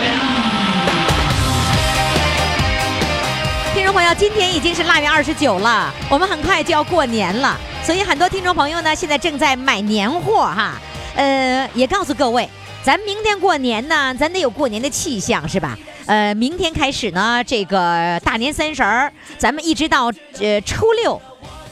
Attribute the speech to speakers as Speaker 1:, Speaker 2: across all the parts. Speaker 1: 苗！
Speaker 2: 听众朋友，今天已经是腊月二十九了，我们很快就要过年了，所以很多听众朋友呢，现在正在买年货哈。呃，也告诉各位，咱明天过年呢，咱得有过年的气象是吧？呃，明天开始呢，这个大年三十儿，咱们一直到呃初六。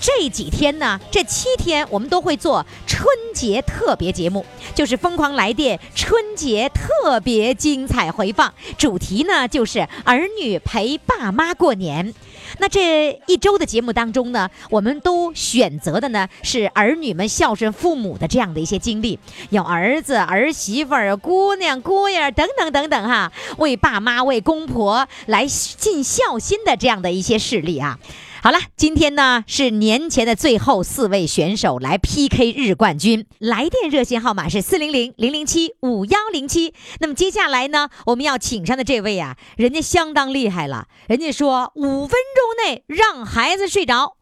Speaker 2: 这几天呢，这七天我们都会做春节特别节目，就是《疯狂来电》春节特别精彩回放，主题呢就是儿女陪爸妈过年。那这一周的节目当中呢，我们都选择的呢是儿女们孝顺父母的这样的一些经历，有儿子、儿媳妇儿、姑娘、姑爷儿等等等等哈，为爸妈、为公婆来尽孝心的这样的一些事例啊。好了，今天呢是年前的最后四位选手来 PK 日冠军。来电热线号码是四零零零零七五幺零七。那么接下来呢，我们要请上的这位啊，人家相当厉害了，人家说五分钟内让孩子睡着。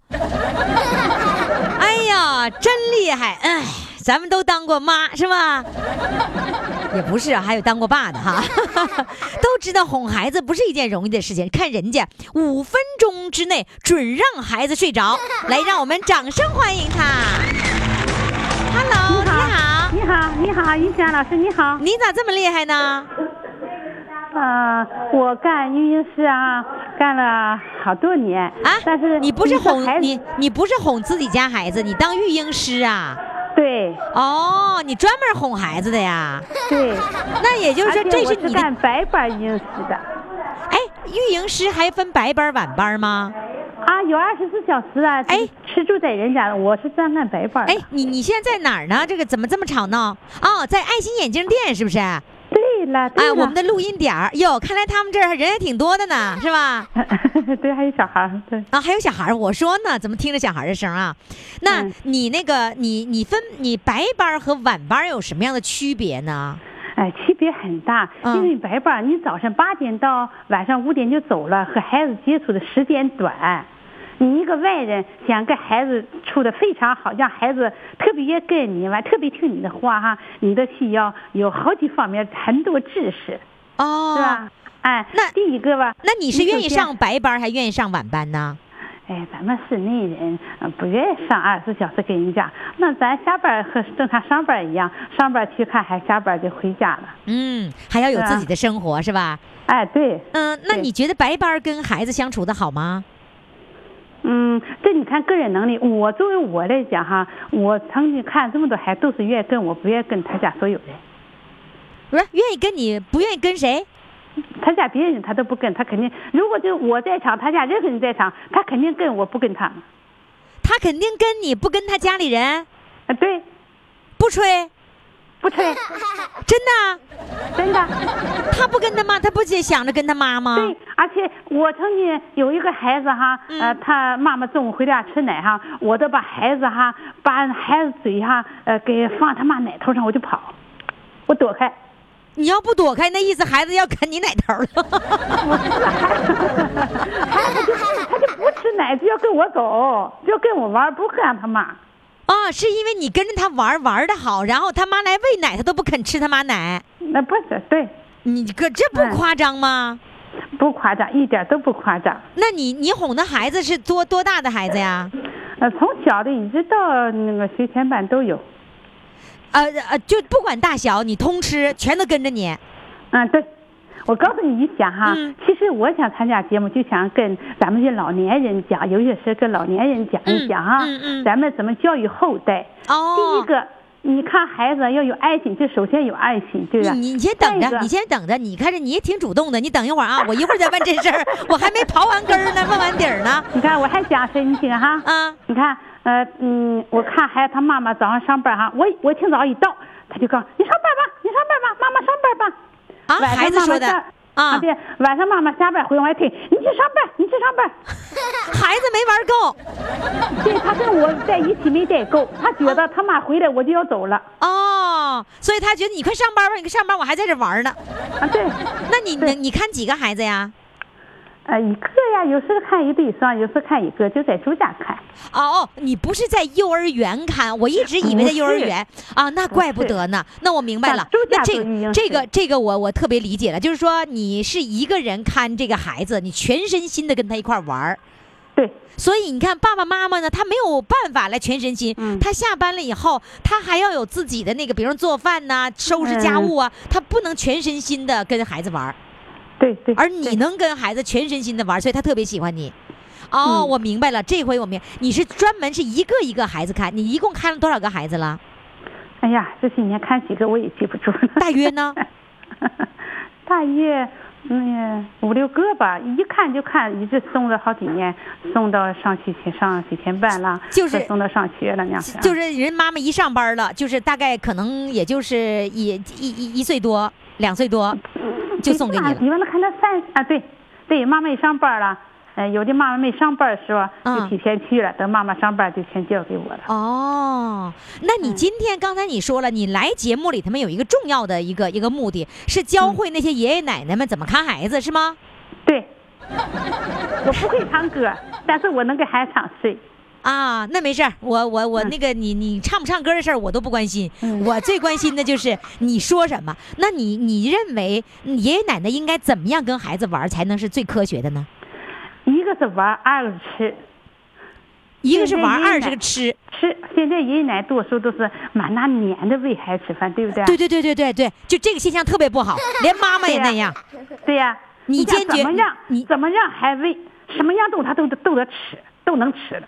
Speaker 2: 哎呀，真厉害！哎，咱们都当过妈是吧？也不是啊，还有当过爸的哈， 都知道哄孩子不是一件容易的事情。看人家五分钟之内准让孩子睡着，来，让我们掌声欢迎他。Hello，你好，
Speaker 3: 你好，你好，于霞老师，你好。
Speaker 2: 你咋这么厉害呢？
Speaker 3: 啊、我干育婴师啊，干了好多年
Speaker 2: 啊，
Speaker 3: 但是
Speaker 2: 你不是
Speaker 3: 一个孩
Speaker 2: 哄
Speaker 3: 子
Speaker 2: 你你不是哄自己家孩子，你当育婴师啊？
Speaker 3: 对
Speaker 2: 哦，你专门哄孩子的呀？
Speaker 3: 对，
Speaker 2: 那也 就是说，
Speaker 3: 而且
Speaker 2: 这
Speaker 3: 啊我
Speaker 2: 是
Speaker 3: 是
Speaker 2: 你的
Speaker 3: 干白班育婴师的
Speaker 2: 哎，育婴师还分白班晚班吗？
Speaker 3: 啊，有二十四小时啊，
Speaker 2: 哎，
Speaker 3: 吃住在人家的，我是专干白班的。
Speaker 2: 哎，你你现在在哪儿呢？这个怎么这么吵闹？哦，在爱心眼镜店是不是？哎，
Speaker 3: 对了，对了
Speaker 2: 我们的录音点儿哟，看来他们这儿人还挺多的呢，是吧？
Speaker 3: 对，还有小孩儿，对，
Speaker 2: 啊，还有小孩儿，我说呢，怎么听着小孩儿的声儿啊？那
Speaker 3: 嗯
Speaker 2: 你那个你你分你白班儿和晚班儿有什么样的区别呢？
Speaker 3: 哎，区别很大，
Speaker 2: 嗯
Speaker 3: 因为白班儿你早上八点到晚上五点就走了，和孩子接触的时间短。你一个外人想跟孩子处的非常好，让孩子特别跟你完，特别听你的话哈，你的需要有好几方面很多知识，
Speaker 2: 哦，
Speaker 3: 是吧？哎，
Speaker 2: 那
Speaker 3: 第一个吧，
Speaker 2: 那你是愿
Speaker 3: 首
Speaker 2: 意
Speaker 3: 先
Speaker 2: 上白班儿还愿意上晚班呢？
Speaker 3: 哎，咱们室内人呃不愿意上二十四小时跟人家，那咱下班儿和正常上班儿一样，上班儿去看孩子，下班儿就回家了。
Speaker 2: 嗯，还要有
Speaker 3: 是啊
Speaker 2: 自己的生活是吧？
Speaker 3: 哎，对，
Speaker 2: 嗯，那
Speaker 3: 对
Speaker 2: 你觉得白班儿跟孩子相处的好吗？
Speaker 3: 嗯，这你看个人能力。我作为我来讲哈，我曾经看这么多孩子，都是愿意跟我，不愿意跟他家所有人。
Speaker 2: 不是，愿意跟你，不愿意跟谁？
Speaker 3: 他家别人他都不跟，他肯定。如果就我在场，他家任何人在场，他肯定跟我不跟他们。
Speaker 2: 他肯定跟你，不跟他家里人，
Speaker 3: 啊，对，
Speaker 2: 不吹，
Speaker 3: 不吹，
Speaker 2: 真的啊。
Speaker 3: 真的。
Speaker 2: 他不跟他妈，他不也想着跟他妈吗？
Speaker 3: 对，而且我曾经有一个孩子哈，呃，他妈妈中午回家吃奶哈，我都把孩子哈，把孩子嘴哈，呃，给放他妈奶头上，我就跑，我躲开。
Speaker 2: 你要不躲开，那意思孩子要啃你奶头了。
Speaker 3: 我是孩孩子就他就不吃奶，就要跟我走，就要跟我玩，不让他骂。
Speaker 2: 啊，是因为你跟着他玩儿玩的好，然后他妈来喂奶，他都不肯吃他妈奶，
Speaker 3: 那不是对，
Speaker 2: 你可这不
Speaker 3: 嗯
Speaker 2: 夸张吗？
Speaker 3: 不夸张，一点都不夸张。
Speaker 2: 那你你哄的孩子是多多大的孩子呀？
Speaker 3: 呃，从小的一直到那个学前班都有。
Speaker 2: 呃呃，就不管大小，你通吃，全都跟着你。
Speaker 3: 嗯，对。我告诉你一下哈，
Speaker 2: 嗯
Speaker 3: 其实我想参加节目，就想跟咱们这老年人讲，有些事跟老年人讲一讲哈，
Speaker 2: 嗯嗯嗯
Speaker 3: 咱们怎么教育后代。第
Speaker 2: 哦
Speaker 3: 一，个，你看孩子要有爱心，就首先有爱心，对吧？
Speaker 2: 嗯你你你先等
Speaker 3: 再一
Speaker 2: 着，
Speaker 3: 个
Speaker 2: 你先等着，你看着你也挺主动的，你等一会儿啊，我一会儿再问这事儿，我还没刨完根儿呢，问完底儿呢，
Speaker 3: 你看，我还讲谁？你听哈，
Speaker 2: 啊
Speaker 3: 你看，呃，嗯，我看孩子他妈妈早上上班哈，我我清早一到，他就告诉我你上班吧，你上班吧，妈妈上班吧。
Speaker 2: 啊，
Speaker 3: 晚上
Speaker 2: 孩子
Speaker 3: 妈妈
Speaker 2: 说
Speaker 3: 下
Speaker 2: 的，啊
Speaker 3: 对，晚上妈妈下班回来，我还推你去上班，你去上班。
Speaker 2: 孩子没玩够
Speaker 3: 对他跟我在一起没带够，他觉得他妈回来我就要走了。
Speaker 2: 哦，所以他觉得你快上班吧，你快上班，我还在这玩呢。
Speaker 3: 啊，对，
Speaker 2: 那你
Speaker 3: 对
Speaker 2: 你你看几个孩子呀？
Speaker 3: 呃，一个呀，有时看一对以上，有时看一个，就在周家看。
Speaker 2: 哦，你不是在幼儿园看，我一直以为在幼儿园啊，那怪不得呢。那我明白了
Speaker 3: 那周，
Speaker 2: 那
Speaker 3: 家
Speaker 2: 这
Speaker 3: 都已经
Speaker 2: 个这个
Speaker 3: 是
Speaker 2: 这个我我特别理解了，就是说你是一个人看这个孩子，你全身心的跟他一块儿玩儿。
Speaker 3: 对，
Speaker 2: 所以你看，爸爸妈妈呢，他没有办法来全身心。
Speaker 3: 嗯
Speaker 2: 他下班了以后，他还要有自己的那个，比如说做饭呐、收拾家务
Speaker 3: 嗯
Speaker 2: 啊，他不能全身心的跟孩子玩儿。
Speaker 3: 对对。
Speaker 2: 而你
Speaker 3: 对？
Speaker 2: 能跟孩子全身心的玩儿，所以他特别喜欢你。哦，
Speaker 3: 嗯
Speaker 2: 我明白了，这回我明，你是专门是一个一个孩子看，你一共看了多少个孩子了？
Speaker 3: 哎呀，这些年看几个我也记不住了。
Speaker 2: 大 约呢？
Speaker 3: 大约嗯五六个吧，一看就看，一直送了好几年，送到上学前上学前班了，
Speaker 2: 就是
Speaker 3: 再送到上学了那样子啊。
Speaker 2: 就是人妈妈一上班了，就是大概可能也就是一一一一岁多，两岁多，
Speaker 3: 嗯
Speaker 2: 就送给你
Speaker 3: 对
Speaker 2: 了
Speaker 3: 吧。你完了看他三啊，对对，妈妈也上班了。嗯、有的妈妈没上班是吧？
Speaker 2: 嗯
Speaker 3: 就提前去了，等妈妈上班就全交给我了。
Speaker 2: 哦，那
Speaker 3: 嗯
Speaker 2: 你今天刚才你说了，你来节目里他们有一个重要的一个一个目的是
Speaker 3: 嗯
Speaker 2: 教会那些爷爷奶奶们怎么看孩子，是吗？
Speaker 3: 对，我不会唱歌，但是我能给孩子唱睡。
Speaker 2: 啊，那没事儿，我
Speaker 3: 嗯
Speaker 2: 我我那个你你唱不唱歌的事儿我都不关心，我最关心的就是你说什么。那你你认为爷爷奶奶应该怎么样跟孩子玩儿才能是最科学的呢？
Speaker 3: 一个是玩，二个是吃。
Speaker 2: 一个是玩儿，
Speaker 3: 对
Speaker 2: 二
Speaker 3: 爷爷
Speaker 2: 是
Speaker 3: 奶
Speaker 2: 个吃。
Speaker 3: 吃，现在爷爷奶奶多数都是满大年的喂孩子吃饭，对不对？
Speaker 2: 对对对对对对，就这个现象特别不好，连妈妈也那样。
Speaker 3: 对呀、
Speaker 2: 你
Speaker 3: 想
Speaker 2: 坚决
Speaker 3: 怎么让
Speaker 2: 你你
Speaker 3: 怎么让孩子喂什么样都他都得都得吃，都能吃的，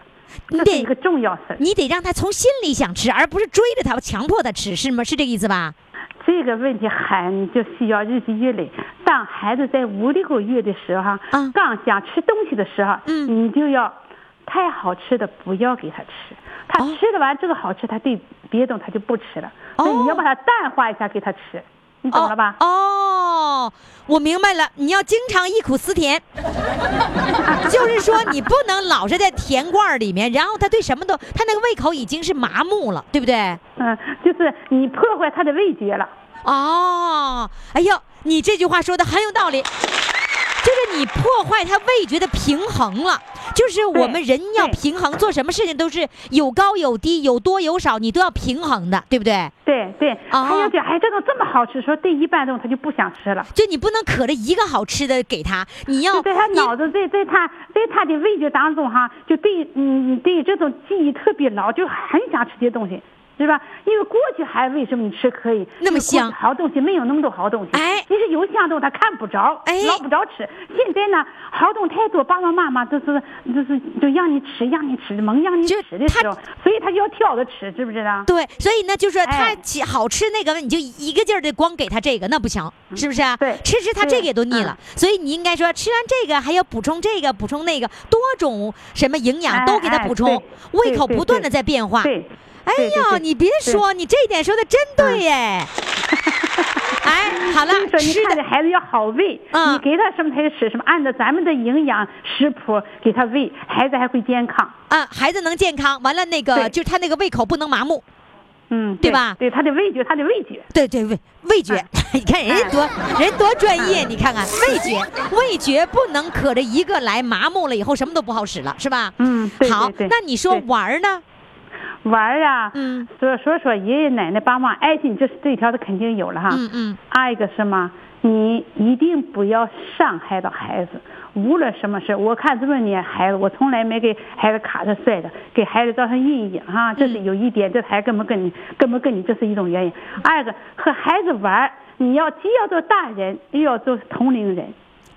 Speaker 2: 你
Speaker 3: 这
Speaker 2: 得
Speaker 3: 是一个重要事儿。
Speaker 2: 你得让他从心里想吃，而不是追着他强迫他吃，是吗？是这个意思吧？
Speaker 3: 这个问题很就需要日积月累。当孩子在五六个月的时候，
Speaker 2: 嗯
Speaker 3: 刚想吃东西的时候，
Speaker 2: 嗯
Speaker 3: 你就要太好吃的不要给他吃，他
Speaker 2: 哦
Speaker 3: 吃的完这个好吃，他对别的他就不吃了，所以
Speaker 2: 哦
Speaker 3: 你要把它淡化一下给他吃，你懂了吧？
Speaker 2: 哦，哦我明白了，你要经常忆苦思甜， 就是说你不能老是在甜罐儿里面，然后他对什么都，他那个胃口已经是麻木了，对不对？
Speaker 3: 嗯，就是你破坏他的味觉了。
Speaker 2: 哦，哎呦，你这句话说的很有道理，就是你破坏他味觉的平衡了。就是我们
Speaker 3: 对
Speaker 2: 人要
Speaker 3: 对
Speaker 2: 平衡，做什么事情都是有高有低，有多有少，你都要平衡的，对不对？
Speaker 3: 对对，
Speaker 2: 哦
Speaker 3: 还有点，哎，这种这么好吃，说对一半种他就不想吃了。
Speaker 2: 就你不能可着一个好吃的给他，你要
Speaker 3: 就在他
Speaker 2: 哦你
Speaker 3: 脑子在在他在他的味觉当中哈，就对嗯对这种记忆特别牢，就很想吃这些东西，是吧？因为过去还为什么你吃可以
Speaker 2: 那么香
Speaker 3: 因为过去好东西没有那么多好东西，
Speaker 2: 哎
Speaker 3: 其实有香东西他看不着，
Speaker 2: 哎
Speaker 3: 捞不着吃。现在呢，好东西太多，爸爸妈妈都是就是就让你吃让你吃，猛让你
Speaker 2: 就
Speaker 3: 吃的时候
Speaker 2: 他，
Speaker 3: 所以他就要挑着吃，知不知道？
Speaker 2: 对，所以呢，就是说他
Speaker 3: 哎
Speaker 2: 起好吃那个，你就一个劲儿的光给他这个，那不行，是不是啊？
Speaker 3: 嗯对
Speaker 2: 吃吃他这
Speaker 3: 对嗯
Speaker 2: 个也都腻了，所以你应该说吃完这个还要补充这个，补充那个，多种什么营养
Speaker 3: 哎
Speaker 2: 都给他
Speaker 3: 哎
Speaker 2: 补充
Speaker 3: 对，
Speaker 2: 胃
Speaker 3: 对
Speaker 2: 口
Speaker 3: 对
Speaker 2: 不断的
Speaker 3: 对
Speaker 2: 在变化。
Speaker 3: 对，
Speaker 2: 哎
Speaker 3: 对对
Speaker 2: 呦，
Speaker 3: 对
Speaker 2: 你别
Speaker 3: 对嗯
Speaker 2: 说，你这一点说的真对耶。哎，好了
Speaker 3: 所以，说，
Speaker 2: 吃
Speaker 3: 嗯你看
Speaker 2: 的
Speaker 3: 这孩子要好喂，
Speaker 2: 嗯
Speaker 3: 你给他什么他就吃什么，按照咱们的营养食谱给他喂，孩子还会健康。
Speaker 2: 啊，孩子能健康，完了那个
Speaker 3: 对
Speaker 2: 就是他那个胃口不能麻木。
Speaker 3: 嗯，
Speaker 2: 对吧
Speaker 3: 对他的味觉，他的味觉，
Speaker 2: 对对味味觉，
Speaker 3: 啊
Speaker 2: 你看人家多人多专业，你看看味觉， 味觉不能可着一个来，麻木了以后什么都不好使了，是吧？
Speaker 3: 嗯对对
Speaker 2: 好，
Speaker 3: 对
Speaker 2: 那你说
Speaker 3: 对
Speaker 2: 玩儿呢？
Speaker 3: 玩儿啊，
Speaker 2: 嗯，
Speaker 3: 所以说说爷爷奶奶帮忙爱心，这是这条是肯定有了哈。
Speaker 2: 嗯嗯。
Speaker 3: 二一个是嘛，你一定不要伤害到孩子，无论什么事。我看这么多年孩子，我从来没给孩子卡着摔着，给孩子造成阴影哈、这是有一点，这孩子跟不跟你跟不跟你，这是一种原因。二一个和孩子玩儿，你要既要做大人，又要做同龄人。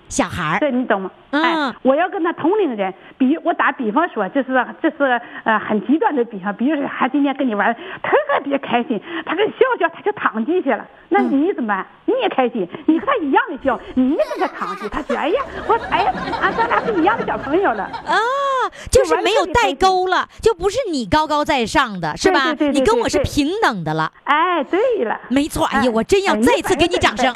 Speaker 2: 小孩儿，
Speaker 3: 这你懂吗？
Speaker 2: 嗯
Speaker 3: 哎，我要跟他同龄人，比我打比方说，这是这是呃很极端的比方，比如说他今天跟你玩得特别开心，他跟你笑笑他就躺进去了，那
Speaker 2: 嗯
Speaker 3: 你怎么办？你也开心，你和他一样的 笑，你也跟他躺进去，他觉得哎呀，我哎呀，啊，咱俩是一样的小朋友了。
Speaker 2: 啊，就是
Speaker 3: 玩儿
Speaker 2: 没有
Speaker 3: 特别开
Speaker 2: 代
Speaker 3: 心
Speaker 2: 沟了，就不是你高高在上的，是吧？
Speaker 3: 对对对
Speaker 2: 你
Speaker 3: 对
Speaker 2: 跟
Speaker 3: 对
Speaker 2: 我是
Speaker 3: 对
Speaker 2: 平等的了，
Speaker 3: 哎，对了，
Speaker 2: 没错。哎
Speaker 3: 哎
Speaker 2: 呀，我真要
Speaker 3: 哎
Speaker 2: 再
Speaker 3: 你
Speaker 2: 次
Speaker 3: 反
Speaker 2: 给
Speaker 3: 应
Speaker 2: 你
Speaker 3: 很
Speaker 2: 掌
Speaker 3: 快
Speaker 2: 声。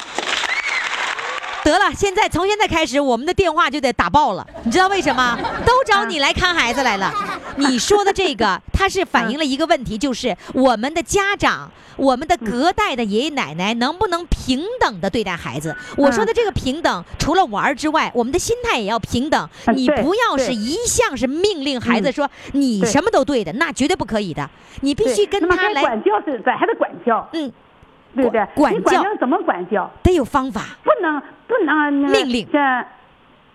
Speaker 2: 得了，现在从现在开始，我们的电话就得打爆了，你知道为 什么？都
Speaker 3: 嗯
Speaker 2: 找你来看孩子来了。你说的这个，它是反映了一个问题，就是我们的家长，我们的
Speaker 3: 嗯
Speaker 2: 隔代的爷爷奶奶能不能平等的对待孩子？我
Speaker 3: 嗯
Speaker 2: 说的这个平等，除了玩儿之外，我们的心态也要平等。
Speaker 3: 嗯
Speaker 2: 你
Speaker 3: 对
Speaker 2: 不要是
Speaker 3: 对嗯
Speaker 2: 一向是命令孩子说你
Speaker 3: 对
Speaker 2: 什么都对的，那绝对不可以的。你必
Speaker 3: 对
Speaker 2: 须跟
Speaker 3: 那么
Speaker 2: 他
Speaker 3: 该
Speaker 2: 来，
Speaker 3: 管教是咱还得管教，
Speaker 2: 嗯，
Speaker 3: 对不对？
Speaker 2: 管
Speaker 3: 你管
Speaker 2: 教
Speaker 3: 教怎么管教？
Speaker 2: 得有方法。
Speaker 3: 不能不能那个
Speaker 2: 命令
Speaker 3: 这，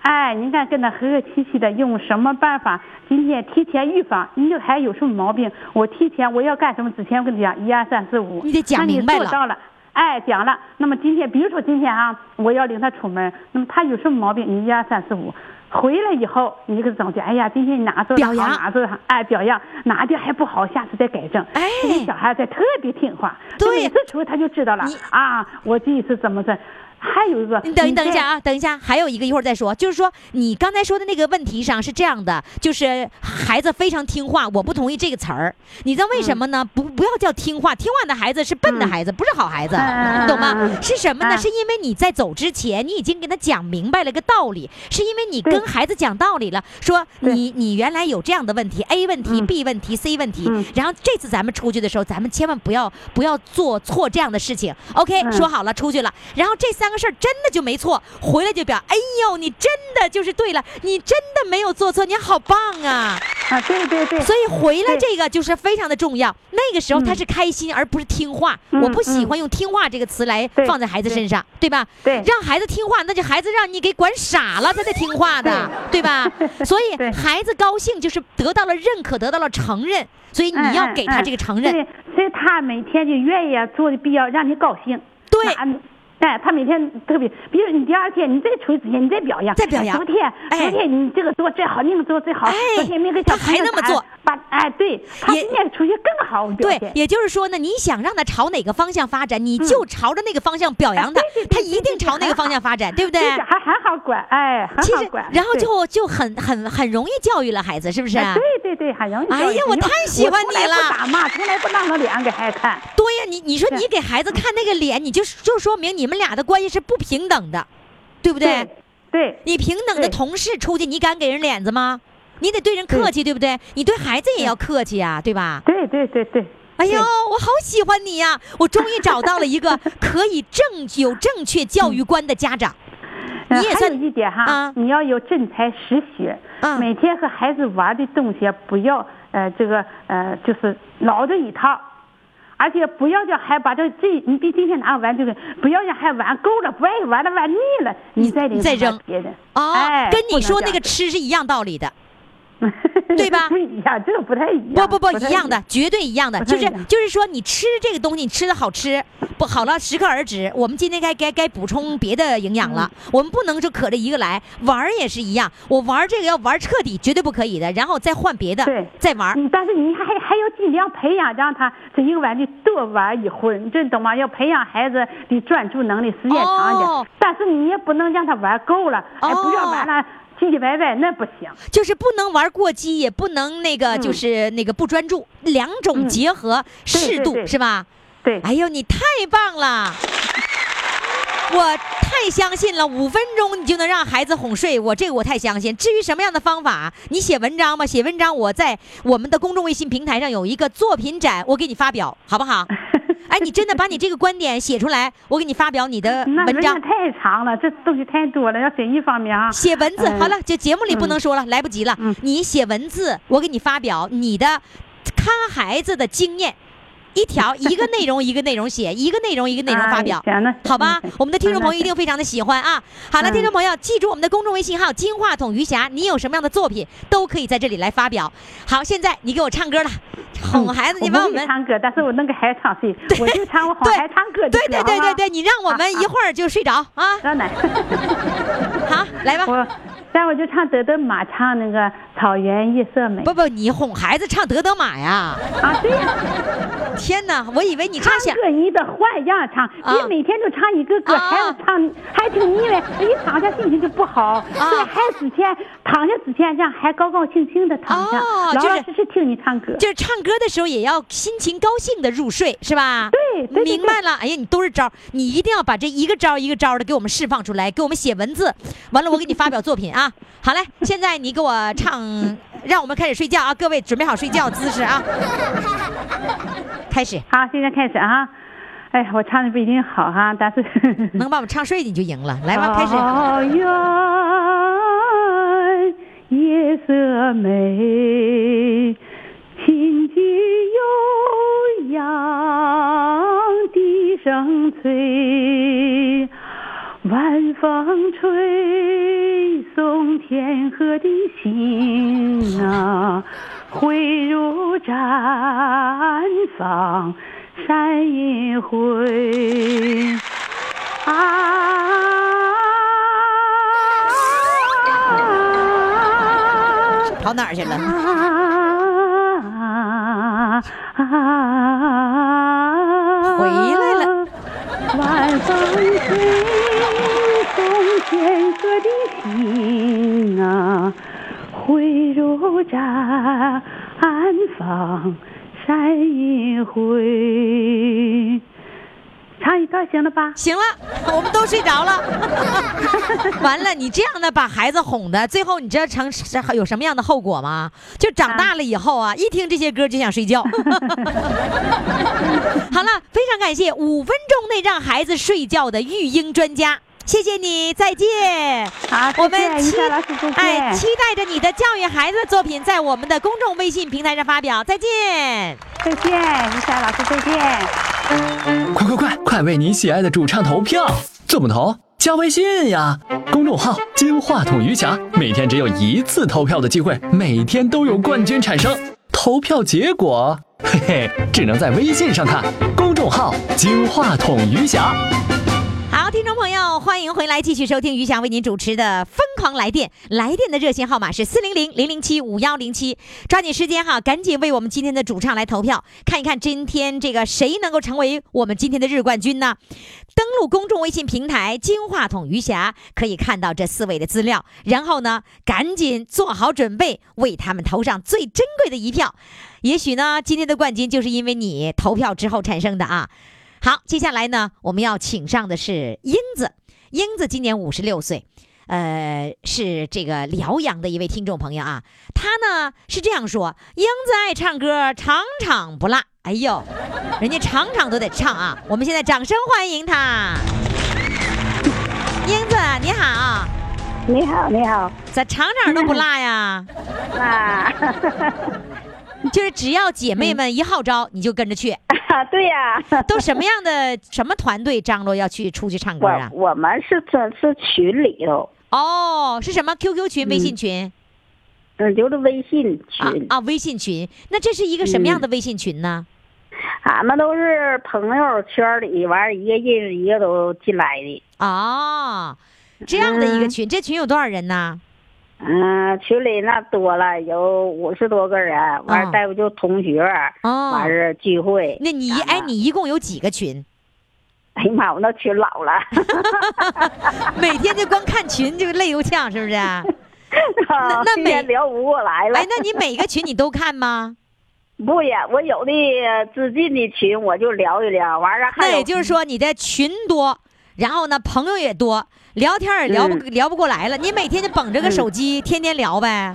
Speaker 3: 哎，你看跟他和和气气的，用什么办法？今天提前预防，你这孩子有什么毛病？我提前我要干什么之前，我跟你讲一二三四五，
Speaker 2: 你得讲
Speaker 3: 那
Speaker 2: 明白了
Speaker 3: 做到了。哎，讲了。那么今天，比如说今天啊，我要领他出门，那么他有什么毛病？你一二三四五，回来以后你就给他总结。哎呀，今天你哪做的好，
Speaker 2: 表扬
Speaker 3: 哪做的好，哎，表扬哪地还不好，下次再改正。
Speaker 2: 哎
Speaker 3: 这个小孩子特别听话，
Speaker 2: 对
Speaker 3: 每次出去他就知道了
Speaker 2: 你
Speaker 3: 啊，我这一次怎么怎。还有一个，
Speaker 2: 你等一等一
Speaker 3: 在
Speaker 2: 下啊，等一下，还有一个一会儿再说。就是说，你刚才说的那个问题上是这样的，就是孩子非常听话，我不同意这个词儿。你知道为什么呢？不，不要叫听话，听话的孩子是笨的孩子，不是好孩子，
Speaker 3: 嗯
Speaker 2: 你懂吗？
Speaker 3: 嗯嗯
Speaker 2: 是什么呢？
Speaker 3: 啊
Speaker 2: 是因为你在走之前，你已经给他讲明白了个道理，是因为你
Speaker 3: 对
Speaker 2: 跟孩子讲道理了，说
Speaker 3: 对
Speaker 2: 你你原来有这样的问题，A 问题、B 问题、C 问题，
Speaker 3: 嗯
Speaker 2: 然后这次咱们出去的时候，咱们千万不要不要做错这样的事情。OK，、
Speaker 3: 嗯
Speaker 2: 说好了出去了，然后这三个事儿真的就没错，回来就表，哎呦，你真的就是对了，你真的没有做错，你好棒啊！
Speaker 3: 啊，对对对，
Speaker 2: 所以回来
Speaker 3: 对
Speaker 2: 这个就是非常的重要。那个时候他
Speaker 3: 嗯
Speaker 2: 是开心，而不是听话。
Speaker 3: 嗯
Speaker 2: 我不喜欢用听话这个词来
Speaker 3: 对
Speaker 2: 放在孩子身上，对吧？
Speaker 3: 对
Speaker 2: 让孩子听话，那就孩子让你给管傻了，他才听话的，对吧？所以
Speaker 3: 对
Speaker 2: 孩子高兴就是得到了认可，得到了承认，所以你要给他这个承认。
Speaker 3: 嗯对，所以他每天就愿意啊做的必要让你高兴。
Speaker 2: 对
Speaker 3: 哪。哎，他每天特别，比如你第二天，你再出去之前，你再表扬，
Speaker 2: 再表扬
Speaker 3: 昨天，
Speaker 2: 哎
Speaker 3: 昨天你这个做最好，那个做最好，
Speaker 2: 哎
Speaker 3: 昨天没给小
Speaker 2: 他还
Speaker 3: 朋友
Speaker 2: 那么
Speaker 3: 打
Speaker 2: 做，
Speaker 3: 把哎，对他
Speaker 2: 也
Speaker 3: 今天出去更好表
Speaker 2: 对
Speaker 3: 现，。
Speaker 2: 也就是说呢，你想让他朝哪个方向发展，你就朝着那个方向表扬他
Speaker 3: 哎对对，对
Speaker 2: 他
Speaker 3: 对
Speaker 2: 一定
Speaker 3: 对
Speaker 2: 朝那个方向发展，对不对？
Speaker 3: 这小孩很好管，哎，很
Speaker 2: 其
Speaker 3: 好
Speaker 2: 实
Speaker 3: 管。，
Speaker 2: 然后
Speaker 3: 对
Speaker 2: 就就很很很容易教育了孩子，是不是、
Speaker 3: 哎，对对对，很容易教育。
Speaker 2: 哎呀我
Speaker 3: 因为
Speaker 2: 太喜欢
Speaker 3: 我从来
Speaker 2: 你了
Speaker 3: 不打骂，从来不当着脸给孩子看。
Speaker 2: 对呀、你你说
Speaker 3: 是
Speaker 2: 你给孩子看那个脸，你就就说明你们俩的关系是不平等的，对不对？
Speaker 3: 对对
Speaker 2: 你平等
Speaker 3: 对
Speaker 2: 的同事出去，你敢给人脸子吗？你得对人客气，对不对？你对孩子也要客气啊，对吧？
Speaker 3: 对对对对，
Speaker 2: 哎呦，我好喜欢你呀、我终于找到了一 个可以正有正确教育观的家长。
Speaker 3: 嗯
Speaker 2: 你也
Speaker 3: 还
Speaker 2: 算
Speaker 3: 有一点哈，
Speaker 2: 啊
Speaker 3: 你要有真才实学，
Speaker 2: 嗯
Speaker 3: 每天和孩子玩的东西啊不要呃这个呃就是老这一套。而且不要叫孩子把这这，你比今天拿个玩具给，不要让孩子玩够了，不爱玩了，玩腻了，你再领
Speaker 2: 你再
Speaker 3: 他玩
Speaker 2: 扔
Speaker 3: 别人
Speaker 2: 哦，
Speaker 3: 哎
Speaker 2: 跟
Speaker 3: 不
Speaker 2: 你
Speaker 3: 能
Speaker 2: 说
Speaker 3: 这
Speaker 2: 那个
Speaker 3: 样
Speaker 2: 吃是一样道理的。对
Speaker 3: 对
Speaker 2: 吧
Speaker 3: 不一样，这个不太一样。
Speaker 2: 不不不，
Speaker 3: 太
Speaker 2: 一样的，绝对一样的，
Speaker 3: 不
Speaker 2: 就
Speaker 3: 太一
Speaker 2: 是
Speaker 3: 样
Speaker 2: 就是说，你吃这个东西，你吃的好吃，不好了，适可而止。我们今天该该该补充别的营养了，
Speaker 3: 嗯
Speaker 2: 我们不能就可着一个来。玩儿也是一样，我玩儿这个要玩儿彻底，绝对不可以的，然后再换别的
Speaker 3: 对，嗯
Speaker 2: 再玩儿。
Speaker 3: 你但是你还还要尽量培养，让他这一个玩具多玩一会儿，你这懂吗？要培养孩子的专注能力，时间长一点。
Speaker 2: 哦
Speaker 3: 但是你也不能让他玩够了，哎，不要玩了，唧唧歪歪那不行。
Speaker 2: 就是不能玩过激，也不能那个就是那个不专注，两种结合，适
Speaker 3: 嗯对
Speaker 2: 度
Speaker 3: 对
Speaker 2: 是吧？
Speaker 3: 对，
Speaker 2: 哎呦，你太棒了！ 我太相信了，五分钟你就能让孩子哄睡，我这个我太相信。至于什么样的方法，你写文章吧，写文章我在我们的公众微信平台上有一个作品展，我给你发表，好 不好？哎，你真的把你这个观点写出来，我给你发表你的
Speaker 3: 那
Speaker 2: 文章
Speaker 3: 文。太长了，这东西太多了，要写一方面啊。
Speaker 2: 写文字、
Speaker 3: 嗯
Speaker 2: 好了，就节目里不能说了，来不及了。
Speaker 3: 嗯
Speaker 2: 你写文字，我给你发表你的看孩子的经验，一条一个内容一个内容写，一个内容一个内容发表。
Speaker 3: 哎行那行
Speaker 2: 好吧
Speaker 3: 那行，
Speaker 2: 我们的听众朋友
Speaker 3: 那
Speaker 2: 一定非常的喜欢啊！好了，
Speaker 3: 嗯
Speaker 2: 听众朋友，记住我们的公众微信号“金话筒余霞”，你有什么样的作品都可以在这里来发表。好，现在你给我唱歌了，哄孩子，你
Speaker 3: 嗯
Speaker 2: 帮
Speaker 3: 我
Speaker 2: 我
Speaker 3: 不会
Speaker 2: 们
Speaker 3: 唱歌，但是我能给孩子唱戏，我就唱我好
Speaker 2: 对
Speaker 3: 孩子唱歌就
Speaker 2: 对
Speaker 3: 行
Speaker 2: 对对对对，，你让我们一会儿就睡着啊！
Speaker 3: 好吗让奶。
Speaker 2: 好，来吧，
Speaker 3: 我，但我就唱德德玛唱那个草原夜色美
Speaker 2: 不不，你哄孩子唱《德德玛》呀。
Speaker 3: 啊，对呀、
Speaker 2: 天哪，我以为你唱
Speaker 3: 唱
Speaker 2: 小，
Speaker 3: 各一的换样唱，
Speaker 2: 啊
Speaker 3: 你每天都唱一个歌，
Speaker 2: 啊
Speaker 3: 孩子唱还挺腻歪，一躺下心情就不
Speaker 2: 啊
Speaker 3: 好。所以孩子之前躺下之前，让孩子高高兴兴的躺下，
Speaker 2: 哦
Speaker 3: 老
Speaker 2: 就是
Speaker 3: 老实实听你唱歌。
Speaker 2: 就是唱歌的时候也要心情高兴的入睡，是吧？
Speaker 3: 对对对对
Speaker 2: 明白了。哎呀，你都是招儿，你一定要把这一个招儿一个招儿的给我们释放出来，给我们写文字。完了，我给你发表作品啊。好嘞，现在你给我唱，让我们开始睡觉啊，各位准备好睡觉姿 势啊。开始，
Speaker 3: 好，现在开始啊！哎，我唱的不一定好哈、但是
Speaker 2: 能把我们唱睡你就赢了。来吧，开始。
Speaker 3: 草原夜色美，琴曲悠扬，笛声脆，晚风吹送天河的心啊，汇入毡房山银晖。啊！
Speaker 2: 跑哪儿去了？
Speaker 3: 回
Speaker 2: 来了。
Speaker 3: 晚风吹送天河的心啊，汇入毡房山银晖。唱一段行了吧？
Speaker 2: 行了，我们都睡着了。 完了，你这样的把孩子哄的，最后你知道成有什么样的后果吗？就长大了以后啊，一听这些歌就想睡觉。 好了，非常感谢五分钟内让孩子睡觉的育婴专家，谢谢你，再见。
Speaker 3: 好，
Speaker 2: 我
Speaker 3: 再
Speaker 2: 们
Speaker 3: 见于
Speaker 2: 期
Speaker 3: 霞老师再见。
Speaker 2: 哎，期待着你的教育孩子的作品在我们的公众微信平台上发表。再见。
Speaker 3: 再见，于霞老师再见。
Speaker 4: 快快快，快为你喜爱的主唱投票！怎么投？加微信呀，公众号“金话筒余霞”，每天只有一次投票的机会，每天都有冠军产生。投票结果，嘿嘿，只能在微信上看。公众号“金话筒余霞”。
Speaker 2: 好，听众朋友，欢迎回来，继续收听于翔为您主持的《疯狂来电》。来电的热线号码是四零零零零七五幺零七，抓紧时间哈，赶紧为我们今天的主唱来投票，看一看今天这个谁能够成为我们今天的日冠军呢？登录公众微信平台“金话筒余霞”，可以看到这四位的资料，然后呢，赶紧做好准备，为他们投上最珍贵的一票。也许呢，今天的冠军就是因为你投票之后产生的啊。好，接下来呢，我们要请上的是英子。英子今年五十六岁，呃，是这个辽阳的一位听众朋友啊。他呢是这样说：英子爱唱歌，场场不落。哎呦，人家场场都得唱啊！我们现在掌声欢迎他。英子你好，
Speaker 5: 你好，你好，
Speaker 2: 咋场场都不落呀？
Speaker 5: 啊，
Speaker 2: 就是只要姐妹们一号召，你就跟着去。
Speaker 5: 对呀、
Speaker 2: 都什么样的什么团队张罗要去出去唱歌啊？
Speaker 5: 我我们是这是群里头，
Speaker 2: 哦，是什么 QQ 群、微信群？
Speaker 5: 嗯，就是微信
Speaker 2: 啊
Speaker 5: 群，
Speaker 2: 啊，微信群，那这是一个什么样的微信群呢？
Speaker 5: 俺们都是朋友圈里完，一个认识一个都进来的，
Speaker 2: 哦，这样的一个
Speaker 5: 嗯
Speaker 2: 群，这群有多少人呢？
Speaker 5: 嗯，群里那多了，有五十多个人，完
Speaker 2: 哦
Speaker 5: 了再不就同学，
Speaker 2: 哦
Speaker 5: 完事聚会，
Speaker 2: 那你
Speaker 5: 咱
Speaker 2: 哎，
Speaker 5: 们
Speaker 2: 你一共有几个群？
Speaker 5: 哎呀妈，我那群老了，
Speaker 2: 每天就光看群就累又呛，是不是？哎，那 那
Speaker 5: 今
Speaker 2: 每哎
Speaker 5: 天聊不过来了，
Speaker 2: 那你每个群你都看吗？
Speaker 5: 不呀，我有的自进的群我就聊一聊，完事儿啊还
Speaker 2: 那
Speaker 5: 有
Speaker 2: 也就是说你的群多，然后呢朋友也多，聊天儿也聊不、聊不过来了。你每天就捧着个手机，天天聊呗。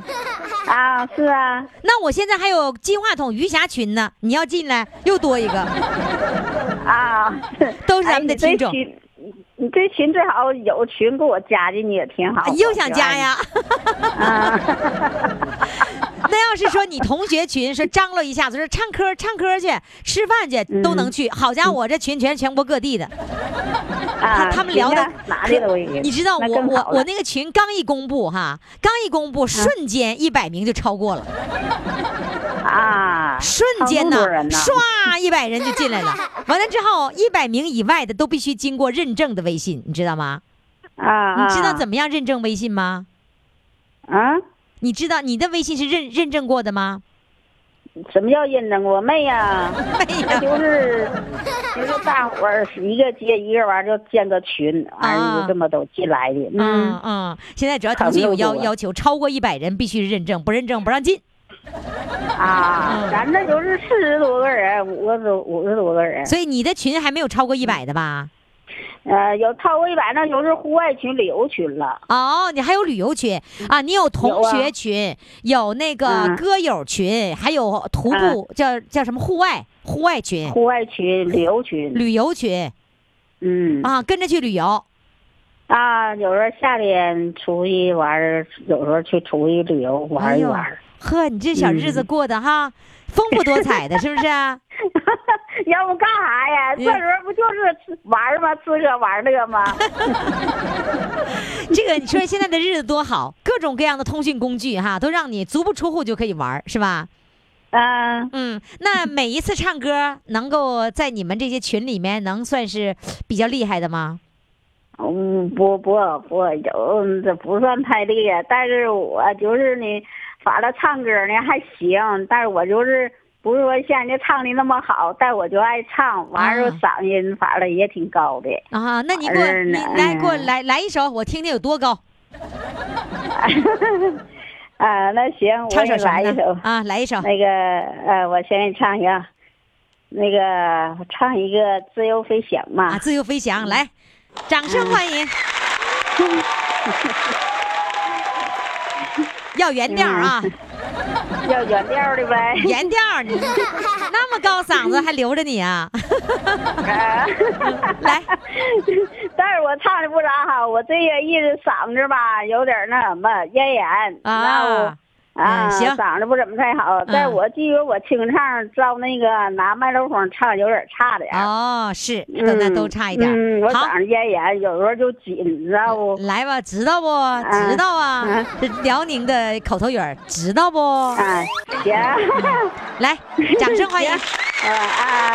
Speaker 5: 啊，是啊，
Speaker 2: 那我现在还有金话筒余霞群呢，你要进来又多一个。
Speaker 5: 啊，
Speaker 2: 都是咱们的听众
Speaker 5: 哎你这群你这群最好有群给我加进去也挺好。
Speaker 2: 哎又想加呀？
Speaker 5: 啊？
Speaker 2: 那要是说你同学群说张罗一下子，说唱歌唱歌去，吃饭去
Speaker 5: 嗯
Speaker 2: 都能去。好家伙，我这群全是全国各地的，
Speaker 5: 啊，
Speaker 2: 他他们聊的
Speaker 5: 行啊哪里都有。
Speaker 2: 你知道我
Speaker 5: 那更
Speaker 2: 我
Speaker 5: 好了嗯
Speaker 2: 我那个群刚一公布哈，刚一公布，瞬间一百名就超过了，
Speaker 5: 啊，
Speaker 2: 瞬间
Speaker 5: 好
Speaker 2: 呢
Speaker 5: 多人，呢
Speaker 2: 唰一百人就进来 了。完了之后，一百名以外的都必须经过认证的微信，你知道吗？
Speaker 5: 啊，
Speaker 2: 你知道怎
Speaker 5: 么
Speaker 2: 么样认证微信吗？
Speaker 5: 啊？
Speaker 2: 你知道你的微信是认认证过的吗？
Speaker 5: 什么叫认真？我妹呀、
Speaker 2: 妹哎呀
Speaker 5: 那 就是就是大伙儿一个接一个，完了就建个群，完了就这么都进来的。嗯
Speaker 2: 嗯，嗯，现在只要腾讯有要要求，超过一百人必须认证，不认证不让进。
Speaker 5: 啊，咱这就是四十多个人，五个多五十多个人，
Speaker 2: 所以你的群还没有超过一百的吧？
Speaker 5: 呃，有超过一百，那就是户外群、旅游群了。
Speaker 2: 哦，你还有旅游群啊，你有同学群，有那个
Speaker 5: 嗯
Speaker 2: 歌友群，还有徒步、叫叫什么户外户外群、
Speaker 5: 户外群、旅游群，
Speaker 2: 旅游群
Speaker 5: 嗯
Speaker 2: 啊，跟着去旅游。
Speaker 5: 啊，有时候夏天出去玩儿，有时候去出去旅游
Speaker 2: 哎
Speaker 5: 玩一玩嗯儿。
Speaker 2: 呵，你这小日子过得哈、丰富多彩的，是不是啊？
Speaker 5: 要不干啥呀？这时候不就是吃玩儿吗？吃喝玩乐吗？
Speaker 2: 这个你说现在的日子多好，各种各样的通讯工具哈，都让你足不出户就可以玩儿，是吧？
Speaker 5: 嗯，
Speaker 2: 嗯，那每一次唱歌能够在你们这些群里面能算是比较厉害的吗？
Speaker 5: 嗯，不不不，有这不算太厉害，但是我就是你，反正唱歌呢还行，但是我就是不是说像人家唱的那么好，但我就爱唱，完了
Speaker 2: 啊
Speaker 5: 嗓音反正也挺高的。
Speaker 2: 啊，那你给我
Speaker 5: 玩
Speaker 2: 你
Speaker 5: 呢
Speaker 2: 来给我
Speaker 5: 嗯
Speaker 2: 来来一首，我听听有多高，
Speaker 5: 啊，那行，我
Speaker 2: 唱
Speaker 5: 给
Speaker 2: 首什么
Speaker 5: 你来一首
Speaker 2: 呢？。啊，来一首。
Speaker 5: 那个呃，我先给你唱一个，那个唱一个《自由飞翔》嘛。
Speaker 2: 啊，自由飞翔，来，掌声欢迎。要原调啊，
Speaker 5: 要原调的呗。
Speaker 2: 原调儿，你那么高嗓子还留着你 啊？
Speaker 5: 啊
Speaker 2: 来，
Speaker 5: 但是我唱的不咋好，我这个意思嗓子吧有点那什么咽炎然后
Speaker 2: 啊，
Speaker 5: 啊，
Speaker 2: 嗯行嗯
Speaker 5: 嗓子不怎么太好。但我记得我清唱照那个拿麦克风唱有点差点儿。
Speaker 2: 哦，是，
Speaker 5: 嗯
Speaker 2: 那那都差一点儿。
Speaker 5: 嗯，我
Speaker 2: 好，
Speaker 5: 嗓子咽炎，有时候就紧，你知道不？
Speaker 2: 来吧，知道不？知道啊
Speaker 5: 嗯，
Speaker 2: 这辽宁的口头语儿，知道不？
Speaker 5: 啊，行，
Speaker 2: 来，掌声欢迎。
Speaker 5: 啊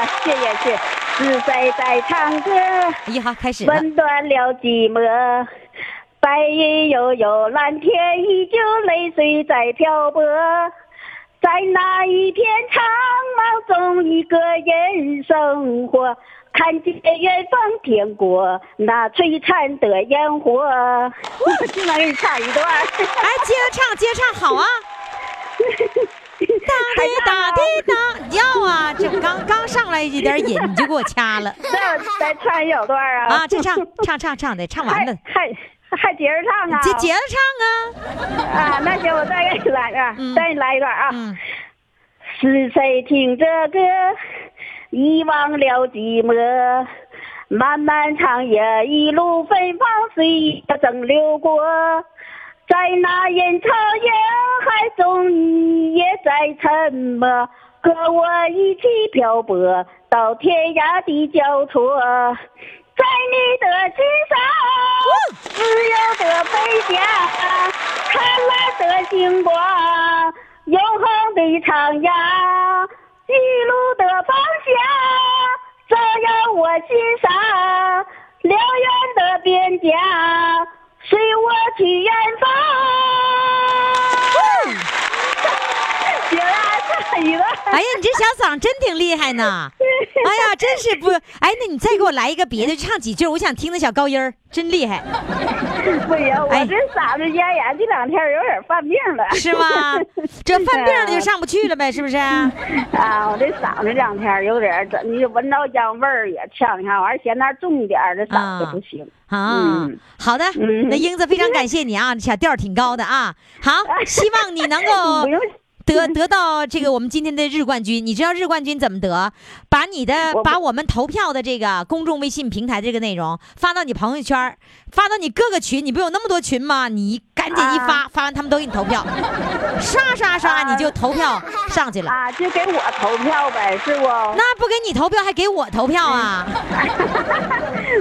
Speaker 5: 啊，谢谢谢谢，是谁在唱歌？
Speaker 2: 哎呀，好，开始了。
Speaker 5: 温暖了寂寞。白云悠悠，蓝天依旧，泪水在漂泊。在那一片苍茫中，一个人生活，看见远方天国那璀璨的烟火。我竟然给你唱一段 儿，
Speaker 2: 哎，接着唱，接着唱，好啊！哒滴哒滴哒，要啊！这刚刚上来一点瘾，你就给我掐了
Speaker 5: 再再唱一小段儿啊！
Speaker 2: 啊！这唱唱唱唱得唱
Speaker 5: 还
Speaker 3: 哎
Speaker 2: 完了，
Speaker 5: 还还接着唱啊！
Speaker 2: 接接着唱啊！
Speaker 5: 啊，那行，我再给你来啊，
Speaker 2: 嗯
Speaker 5: 再给你来一段啊。
Speaker 2: 嗯，
Speaker 5: 是谁听着歌，遗忘了寂寞？漫漫长夜，一路芬芳随意的蒸流过。在那人潮人海中，你也在沉默，和我一起漂泊到天涯的交错。在你的心上，自由的飞翔，灿烂的星光，永恒的徜徉，一路的方向，照耀我心上，辽远的边疆，随我去远方。行啊，下一个。
Speaker 2: 哎呀，你这小嗓真挺厉害呢！哎呀，真是不，哎，那你再给我来一个别的，唱几句，我想听那小高音儿，真厉害，
Speaker 5: 不行，我
Speaker 2: 哎
Speaker 5: 这嗓子咽炎，这两天有点犯病了。
Speaker 2: 是吗？ 这犯病了就上不去了呗，是不是？
Speaker 5: 啊，我这嗓子这两天有点儿，你闻到香味儿也呛呛，完嫌那重点儿，这嗓子不行。
Speaker 2: 啊
Speaker 5: 嗯，
Speaker 2: 好的，
Speaker 5: 嗯
Speaker 2: 那英子非常感谢你啊，小调儿挺高的啊， 好，希望你能够
Speaker 5: 不用，
Speaker 2: 得得到这个我们今天的日冠军。你知道日冠军怎么得？把你的
Speaker 5: 我不
Speaker 2: 把我们投票的这个公众微信平台这个内容发到你朋友圈儿，发到你各个群，你不有那么多群吗？你赶紧一发，发完他们都给你投票，刷刷刷
Speaker 5: 啊
Speaker 2: 你就投票上去了。
Speaker 5: 啊，就给我投票呗，是不？
Speaker 2: 那不给你投票，还给我投票啊？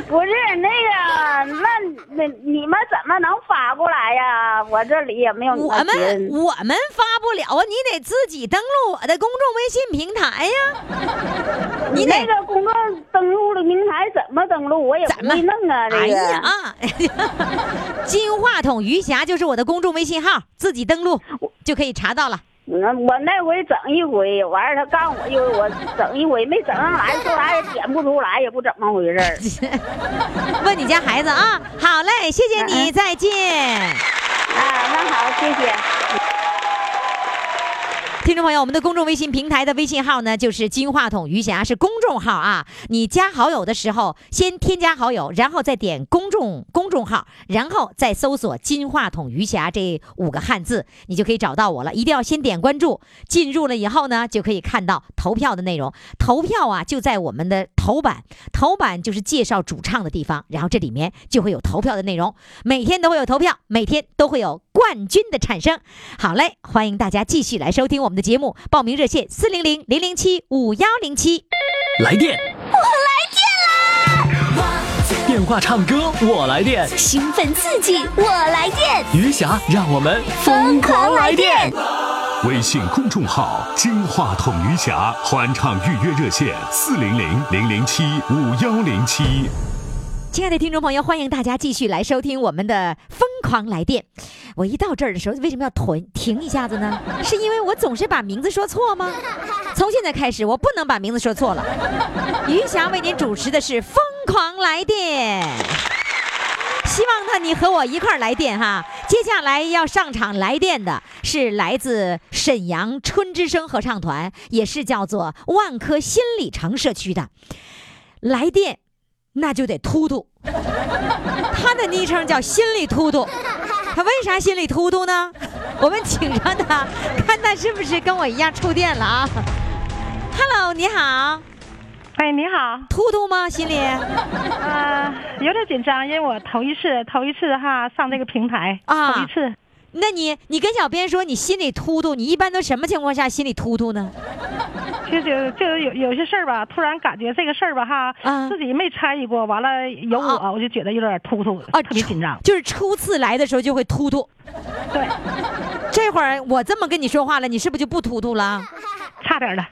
Speaker 5: 不是那个，那那你们怎么能发过来呀？我这里也没有
Speaker 2: 我
Speaker 5: 那
Speaker 2: 们
Speaker 5: 群
Speaker 2: 我们发不了啊，你得自己登录我的公众微信平台呀。 你得
Speaker 5: 那个公众登录的平台怎么登录？我也
Speaker 2: 怎
Speaker 5: 不
Speaker 2: 么
Speaker 5: 会弄啊，这
Speaker 2: 哎
Speaker 5: 个。
Speaker 2: 呀，金话筒余霞就是我的公众微信号，自己登录就可以查到了。
Speaker 5: 嗯，我那回整一回，完事儿他干我一回，我整一回没整上来，后来也点不出来，也不怎么回 事儿。
Speaker 2: 问你家孩子啊，好嘞，谢
Speaker 5: 嗯
Speaker 2: 谢你，再见。
Speaker 5: 啊，那好，谢谢。
Speaker 2: 听众朋友，我们的公众微信平台的微信号呢，就是金话筒余霞，是公众号啊。你加好友的时候，先添加好友，然后再点公众公众号，然后再搜索“金话筒余霞”这五个汉字，你就可以找到我了。一定要先点关注，进入了以后呢，就可以看到投票的内容。投票啊，就在我们的头版，头版就是介绍主唱的地方，然后这里面就会有投票的内容。每天都会有投票，每天都会有冠军的产生。好嘞，欢迎大家继续来收听我们的节目，报名热线四零零零零七五幺零七。
Speaker 4: 来电，我来电啦！电话唱歌，我来电。
Speaker 6: 兴奋刺激，我来电，
Speaker 4: 余霞，让我们
Speaker 6: 疯狂来电！
Speaker 7: 微信公众号“金话筒余霞”欢唱预约热线：四零零零零七五幺零七。
Speaker 2: 亲爱的听众朋友，欢迎大家继续来收听我们的《疯狂来电》。我一到这儿的时候，为什么要停停一下子呢？是因为我总是把名字说错吗？从现在开始，我不能把名字说错了。余霞为您主持的是《疯狂来电》。希望呢，你和我一块儿来电哈。接下来要上场来电的是来自沈阳春之声合唱团，也是叫做万科新里程社区的。来电，那就得突突。他的昵称叫心里突突，他为啥心里突突呢？我们请上他，看他是不是跟我一样触电了啊？Hello，你好，
Speaker 8: 哎，你好，
Speaker 2: 突突吗？心里
Speaker 8: 啊、有点紧张，因为我头一次，头一次哈上这个平台，
Speaker 2: 啊
Speaker 8: 头一次，
Speaker 2: 那你你跟小编说你心里突突，你一般都什么情况下心里突突呢？
Speaker 8: 就就就有有些事儿吧，突然感觉这个事儿吧哈，
Speaker 2: 啊
Speaker 8: 自己没参与过，完了有我，
Speaker 2: 啊
Speaker 8: 我就觉得有点突突，啊特别紧张
Speaker 2: 初，就是初次来的时候就会突突。
Speaker 8: 对，
Speaker 2: 这会儿我这么跟你说话了，你是不是就不突突了？
Speaker 8: 差点儿了，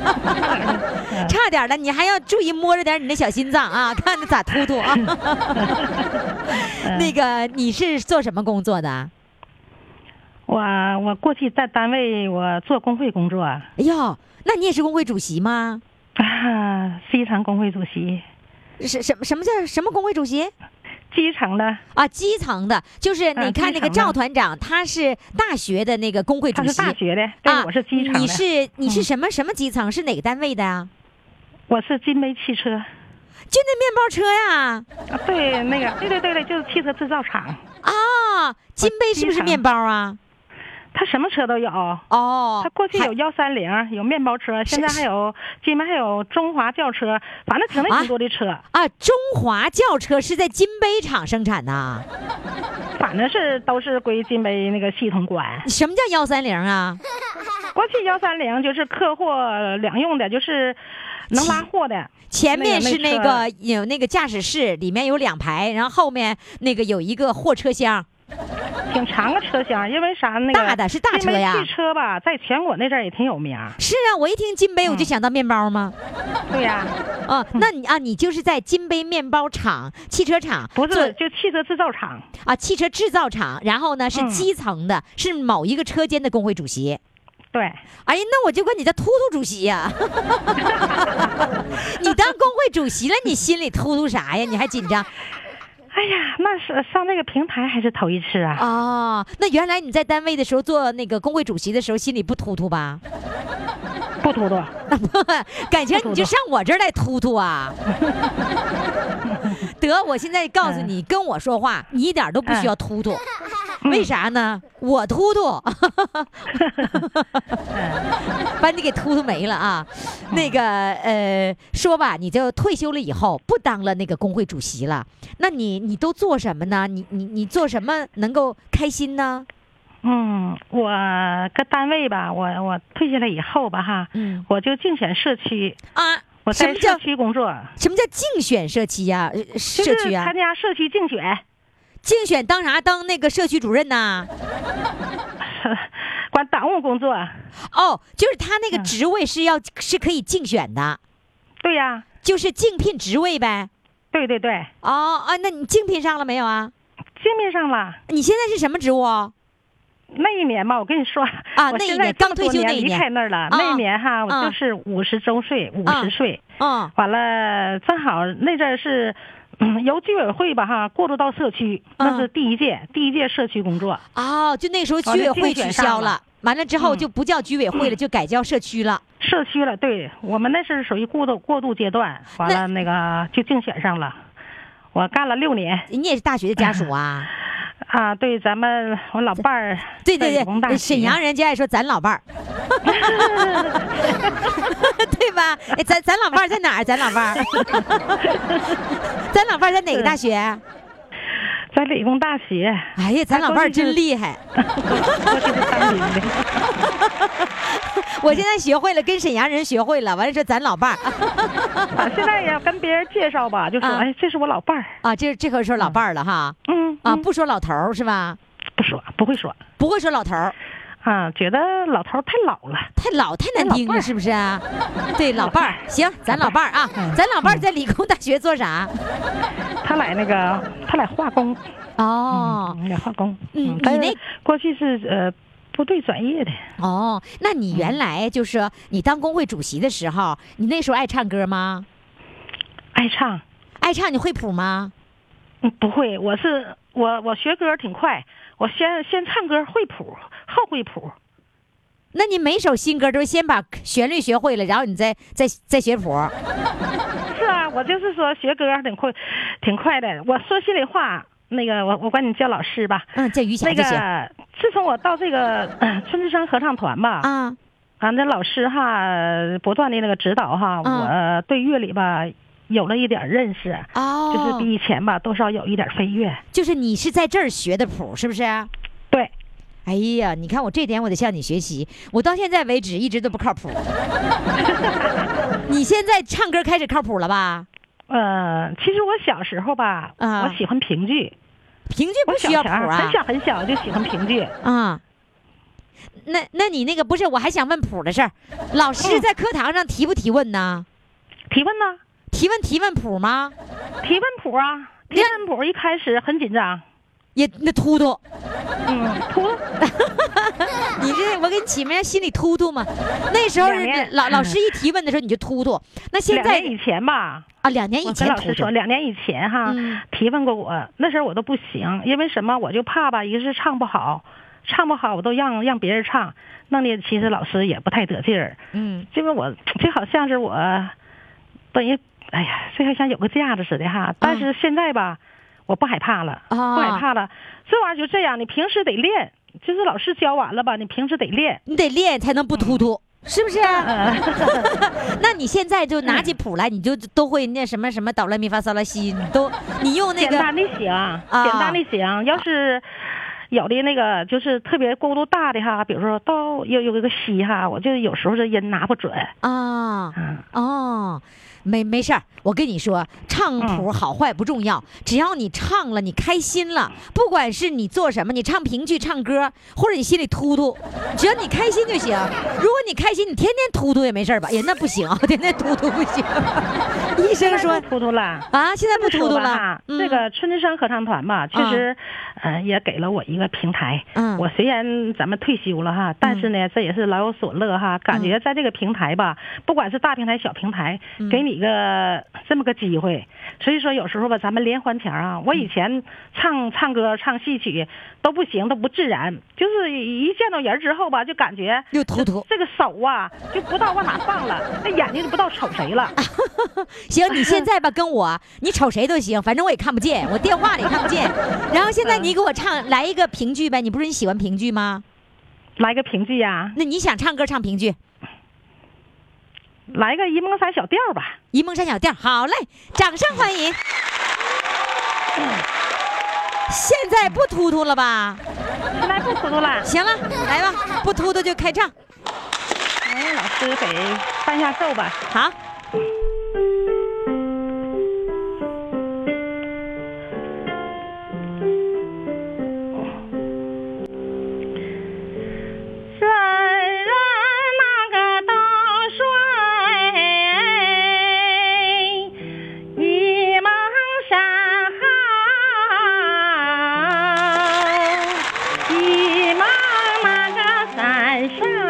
Speaker 2: 差点了，你还要注意摸着点你那小心 脏啊，看它咋突突啊。
Speaker 8: 嗯
Speaker 2: 那个你是做什么工作的？
Speaker 8: 我我过去在单位我做工会工作，
Speaker 2: 哎呦，那你也是工会主席吗？
Speaker 8: 啊，基层工会主席，
Speaker 2: 是什么什么叫什么工会主席
Speaker 8: 基层的，
Speaker 2: 啊？基层的，就是你
Speaker 8: 嗯
Speaker 2: 看
Speaker 8: 基层
Speaker 2: 那个
Speaker 8: 的
Speaker 2: 赵团长，他是大学的那个工会主
Speaker 8: 他
Speaker 2: 席。
Speaker 8: 是大学的，对，
Speaker 2: 啊
Speaker 8: 我是基层的，
Speaker 2: 你是你是
Speaker 8: 嗯
Speaker 2: 什么什么基层？是哪个单位的啊呀、
Speaker 8: 我是金杯汽车，
Speaker 2: 就那面包车呀、
Speaker 8: 啊对，那个，对对对对，就是汽车制造厂。
Speaker 2: 啊？金杯是不
Speaker 8: 基
Speaker 2: 是
Speaker 8: 层
Speaker 2: 面包啊？
Speaker 8: 他什么车都有。
Speaker 2: 哦，
Speaker 8: 他过去
Speaker 2: 还
Speaker 8: 有幺三零，有面包车，现在还有今边还有中华轿车，反正挺那挺多的车，
Speaker 2: 啊，中华轿车是在金杯厂生产的。
Speaker 8: 反正是都是归金杯那个系统管。
Speaker 2: 你什么叫幺三 零啊？
Speaker 8: 过去幺三零就是客货两用的，就是能拉货的。
Speaker 2: 前面是
Speaker 8: 那
Speaker 2: 那
Speaker 8: 个
Speaker 2: 个有那个驾驶室，里面有两排，然后后面那个有一个货车厢。
Speaker 8: 挺长个车厢，因为啥那个
Speaker 2: 大的是大车呀
Speaker 8: 金杯汽车吧，在全国那阵儿也挺有名儿。
Speaker 2: 是啊，我一听金杯我就想到面包吗？
Speaker 8: 对呀、
Speaker 2: 啊，那你啊，你就是在金杯面包厂、汽车厂
Speaker 8: 不
Speaker 2: 做
Speaker 8: 是就汽车制造厂，
Speaker 2: 啊，汽车制造厂，然后呢是
Speaker 8: 嗯
Speaker 2: 基层的，是某一个车间的工会主席。
Speaker 8: 对，
Speaker 2: 哎呀，那我就管你叫突突主 席呀、你当工会主席了，你心里突突啥呀？你还紧张？
Speaker 8: 哎呀，那是上那个平台还是头一次 啊。
Speaker 2: 哦，那原来你在单位的时候做那个工会主席的时候，心里不突突吧？
Speaker 8: 不突突，
Speaker 2: 感情你就上我这儿来突突啊？得，我现在告诉你，跟我说话，你一点都不需要突突，为啥呢？我突突，把你给突突没了啊！那个呃，说吧，你就退休了以后，不当了那个工会主席了，那你你都做什么呢？你你你做什么能够开心呢？
Speaker 8: 嗯，我搁单位吧，我我退下来以后吧哈，
Speaker 2: 嗯
Speaker 8: 我就竞选社区，
Speaker 2: 啊，
Speaker 8: 我
Speaker 2: 什
Speaker 8: 在
Speaker 2: 么叫
Speaker 8: 社区工作，
Speaker 2: 什么叫竞选社区呀、呃
Speaker 8: 就
Speaker 2: 社
Speaker 8: 是
Speaker 2: 区啊
Speaker 8: 参，加社区竞选，
Speaker 2: 竞选当啥？当那个社区主任呐、
Speaker 8: 管党务工作。
Speaker 2: 哦，就是他那个职位是要、是可以竞选的，
Speaker 8: 对呀、
Speaker 2: 就是竞聘职位呗。
Speaker 8: 对对对，
Speaker 2: 哦啊，那你竞聘上了没有啊？
Speaker 8: 竞聘上了，
Speaker 2: 你现在是什么职务？
Speaker 8: 那一年吧，我跟你说
Speaker 2: 啊
Speaker 8: 我
Speaker 2: 那一
Speaker 8: 现在
Speaker 2: 年
Speaker 8: 这么
Speaker 2: 刚退
Speaker 8: 多
Speaker 2: 休那一
Speaker 8: 离
Speaker 2: 年
Speaker 8: 开那儿了。那
Speaker 2: 啊
Speaker 8: 一年哈，
Speaker 2: 啊
Speaker 8: 我就是五十周岁，五
Speaker 2: 啊
Speaker 8: 十岁，
Speaker 2: 嗯
Speaker 8: 完了正好那阵儿是。嗯由居委会吧哈过渡到社区，那
Speaker 2: 啊
Speaker 8: 是第一届，第一届社区工作。
Speaker 2: 哦，就那时候居
Speaker 8: 哦那
Speaker 2: 委会
Speaker 8: 竞选
Speaker 2: 取
Speaker 8: 上
Speaker 2: 消
Speaker 8: 了
Speaker 2: 了，完了之后
Speaker 8: 嗯
Speaker 2: 就不叫居委会了，就改叫社区了。
Speaker 8: 社区了，对我们那是属于过渡过渡阶段，完了那个就竞选上了，我干了六年
Speaker 2: 你也是大学的家属啊？
Speaker 8: 啊，对咱们我老伴儿
Speaker 2: 对对
Speaker 8: 在理工大
Speaker 2: 对，
Speaker 8: 学
Speaker 2: 沈阳人就爱说咱老 伴儿，对吧？哎，咱咱老伴儿在哪儿？咱老伴儿，咱老伴儿在哪个大学？
Speaker 8: 在理工大 学，
Speaker 2: 哎呀，咱老伴儿真厉害！
Speaker 8: 我是当兵的，
Speaker 2: 我现在学会了，跟沈阳人学会了，完了说咱老 伴儿
Speaker 8: 啊现在也跟别人介绍吧，就说
Speaker 2: 啊
Speaker 8: 哎这是我老伴儿，
Speaker 2: 啊，这这回说老伴儿了哈
Speaker 8: 嗯
Speaker 2: 啊，
Speaker 8: 嗯
Speaker 2: 不说老头儿是吧？
Speaker 8: 不说不会说
Speaker 2: 不会说老头儿，
Speaker 8: 啊，觉得老头儿太老了，
Speaker 2: 太老太难听了，是不是啊？对，老伴儿行，咱老伴儿啊，
Speaker 8: 嗯
Speaker 2: 咱老伴儿在理工大学做啥？
Speaker 8: 他来那个他来化工，
Speaker 2: 哦
Speaker 8: 嗯，来化工，
Speaker 2: 嗯
Speaker 8: 但
Speaker 2: 你
Speaker 8: 是过去是呃部队转业的，
Speaker 2: 哦，那你
Speaker 8: 嗯
Speaker 2: 原来就是你当工会主席的时候，你那时候爱唱歌吗？
Speaker 8: 爱唱，
Speaker 2: 爱唱你会谱吗？
Speaker 8: 嗯，不会，我是我我学歌挺快，我先先唱歌会谱，后会谱。
Speaker 2: 那你每首新歌都是先把旋律学会了，然后你再再再学谱。
Speaker 8: 是啊，我就是说学歌挺快，挺快的。我说心里话，那个我我管你叫老师吧。
Speaker 2: 嗯，叫于霞
Speaker 8: 那
Speaker 2: 就行。
Speaker 8: 个，自从我到这个、呃春之声合唱团吧，
Speaker 2: 啊，
Speaker 8: 啊，那老师哈不断的那个指导哈，
Speaker 2: 嗯
Speaker 8: 我对乐理吧有了一点认识，
Speaker 2: 哦，
Speaker 8: 就是比以前吧多少有一点飞跃。
Speaker 2: 就是你是在这儿学的谱，是不是？
Speaker 8: 对，
Speaker 2: 哎呀，你看我这点我得向你学习，我到现在为止一直都不 靠谱。你现在唱歌开始靠谱了吧？
Speaker 8: 呃，其实我小时候吧，
Speaker 2: 啊
Speaker 8: 我喜欢评剧，
Speaker 2: 评剧
Speaker 8: 我
Speaker 2: 不
Speaker 8: 小
Speaker 2: 需要
Speaker 8: 前
Speaker 2: 谱
Speaker 8: 儿
Speaker 2: 啊
Speaker 8: 很小很小就喜欢评剧。
Speaker 2: 啊。那那你那个不是？我还想问谱的事儿，老师在课堂上提不提问呢？
Speaker 8: 提问呢？
Speaker 2: 提问提问谱吗？
Speaker 8: 提问谱啊，提问谱一开始很紧张，
Speaker 2: 也那突突，
Speaker 8: 嗯，突
Speaker 2: 你这我给你起名心里突突嘛。那时候
Speaker 8: 两年
Speaker 2: 老老师一提问的时候你就突突，那现
Speaker 8: 两
Speaker 2: 在
Speaker 8: 年以前吧，
Speaker 2: 啊两年
Speaker 8: 我
Speaker 2: 以
Speaker 8: 跟
Speaker 2: 前
Speaker 8: 老
Speaker 2: 突
Speaker 8: 师
Speaker 2: 突
Speaker 8: 说，两年以前哈、
Speaker 2: 嗯
Speaker 8: 提问过我，那时候我都不行，因为什么？我就怕吧，一个是唱不好，唱不好我都让让别人唱，弄得其实老师也不太得劲儿，
Speaker 2: 嗯
Speaker 8: 因为我这好像是我本人，哎呀，这好像有个架子似的哈，
Speaker 2: 嗯
Speaker 8: 但是现在吧，我不害怕了，
Speaker 2: 啊
Speaker 8: 不害怕了，这玩意儿就这样，你平时得练，就是老师教完了吧，你平时得练。呃
Speaker 2: 你得练才能不突突，
Speaker 8: 嗯
Speaker 2: 是不是？啊那你现在就拿起谱来，你就都会那什么什么哆来咪发嗦拉西，你都你用那
Speaker 8: 简
Speaker 2: 个啊
Speaker 8: 单的行，简单的行。要是有的那个就是特别过度大的哈，比如说到有有一个西哈，我就有时候这音拿不准。
Speaker 2: 啊
Speaker 8: 嗯
Speaker 2: 哦，没没事儿，我跟你说，唱谱好坏不重要，只要你唱了，你开心了，不管是你做什么，你唱评剧、唱歌，或者你心里突突，只要你开心就行。如果你开心，你天天突突也没事儿吧？哎呀，那不行， 天天突突不行。医生说
Speaker 8: 突突了。
Speaker 2: 啊，现在不突突
Speaker 8: 说吧
Speaker 2: 了嗯
Speaker 8: 哈，这个春之声合唱团吧，确实，呃，也给了我一个平台。
Speaker 2: 嗯
Speaker 8: 我虽然咱们退休了哈，但是呢，这也是老有所乐哈。感
Speaker 2: 嗯
Speaker 8: 觉在这个平台吧，不管是大平台、小平台，
Speaker 2: 嗯
Speaker 8: 给你一个这么个机会。所以说，有时候吧，咱们连环钱啊，我
Speaker 2: 嗯
Speaker 8: 以前唱唱歌、唱戏曲都不行，都不自然，就是一见到人之后吧，就感觉
Speaker 2: 又突突。
Speaker 8: 这个手啊，就不知道往哪放了，那眼睛就不知道瞅谁
Speaker 2: 啊
Speaker 8: 了。
Speaker 2: 行，你现在吧跟我，你瞅谁都行，反正我也看不见，我电话里也看不见。然后现在你给我唱来一个评剧呗，你不是你喜欢评剧吗？
Speaker 8: 来个评剧啊呀、
Speaker 2: 那你想唱歌唱评剧，《
Speaker 8: 来个沂蒙山小调吧。
Speaker 2: 沂蒙山小调》好嘞，掌声欢迎。现在不突突了吧？
Speaker 8: 现在不糊涂了，
Speaker 2: 行了，来吧，不突突就开唱。
Speaker 8: 哎，老师给伴下奏吧。
Speaker 2: 好，
Speaker 8: 人人那个都说沂蒙山好，沂蒙哎哎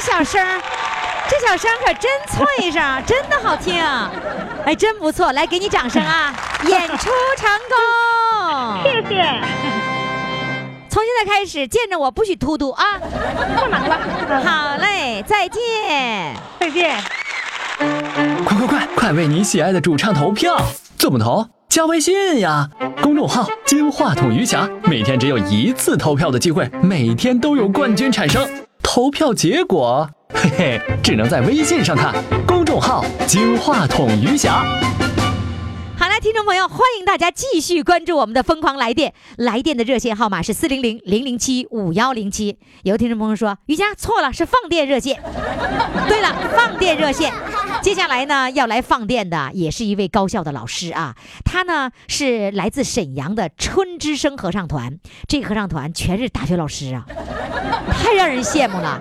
Speaker 2: 小声儿，这小声儿可真脆声，真的好听，哎，真不错，来给你掌声啊！演出成功，
Speaker 5: 谢谢，
Speaker 2: 从现在开始见着我不许突突啊！干嘛了？好嘞，再见。
Speaker 3: 再见。
Speaker 4: 快快快，快为你喜爱的主唱投票！怎么投？加微信呀，公众号“金话筒余霞”，每天只有一次投票的机会，每天都有冠军产生。投票结果，嘿嘿，只能在微信上看。公众号“金话筒余霞”。
Speaker 2: 好了，听众朋友，欢迎大家继续关注我们的《疯狂来电》，来电的热线号码是四零零零零七五幺零七。有听众朋友说，瑜伽错了，是放电热线。 对了，放电热线。接下来呢，要来放电的也是一位高校的老师啊，他呢是来自沈阳的春之声合唱团，这个合唱团全是大学老师啊，太让人羡慕了。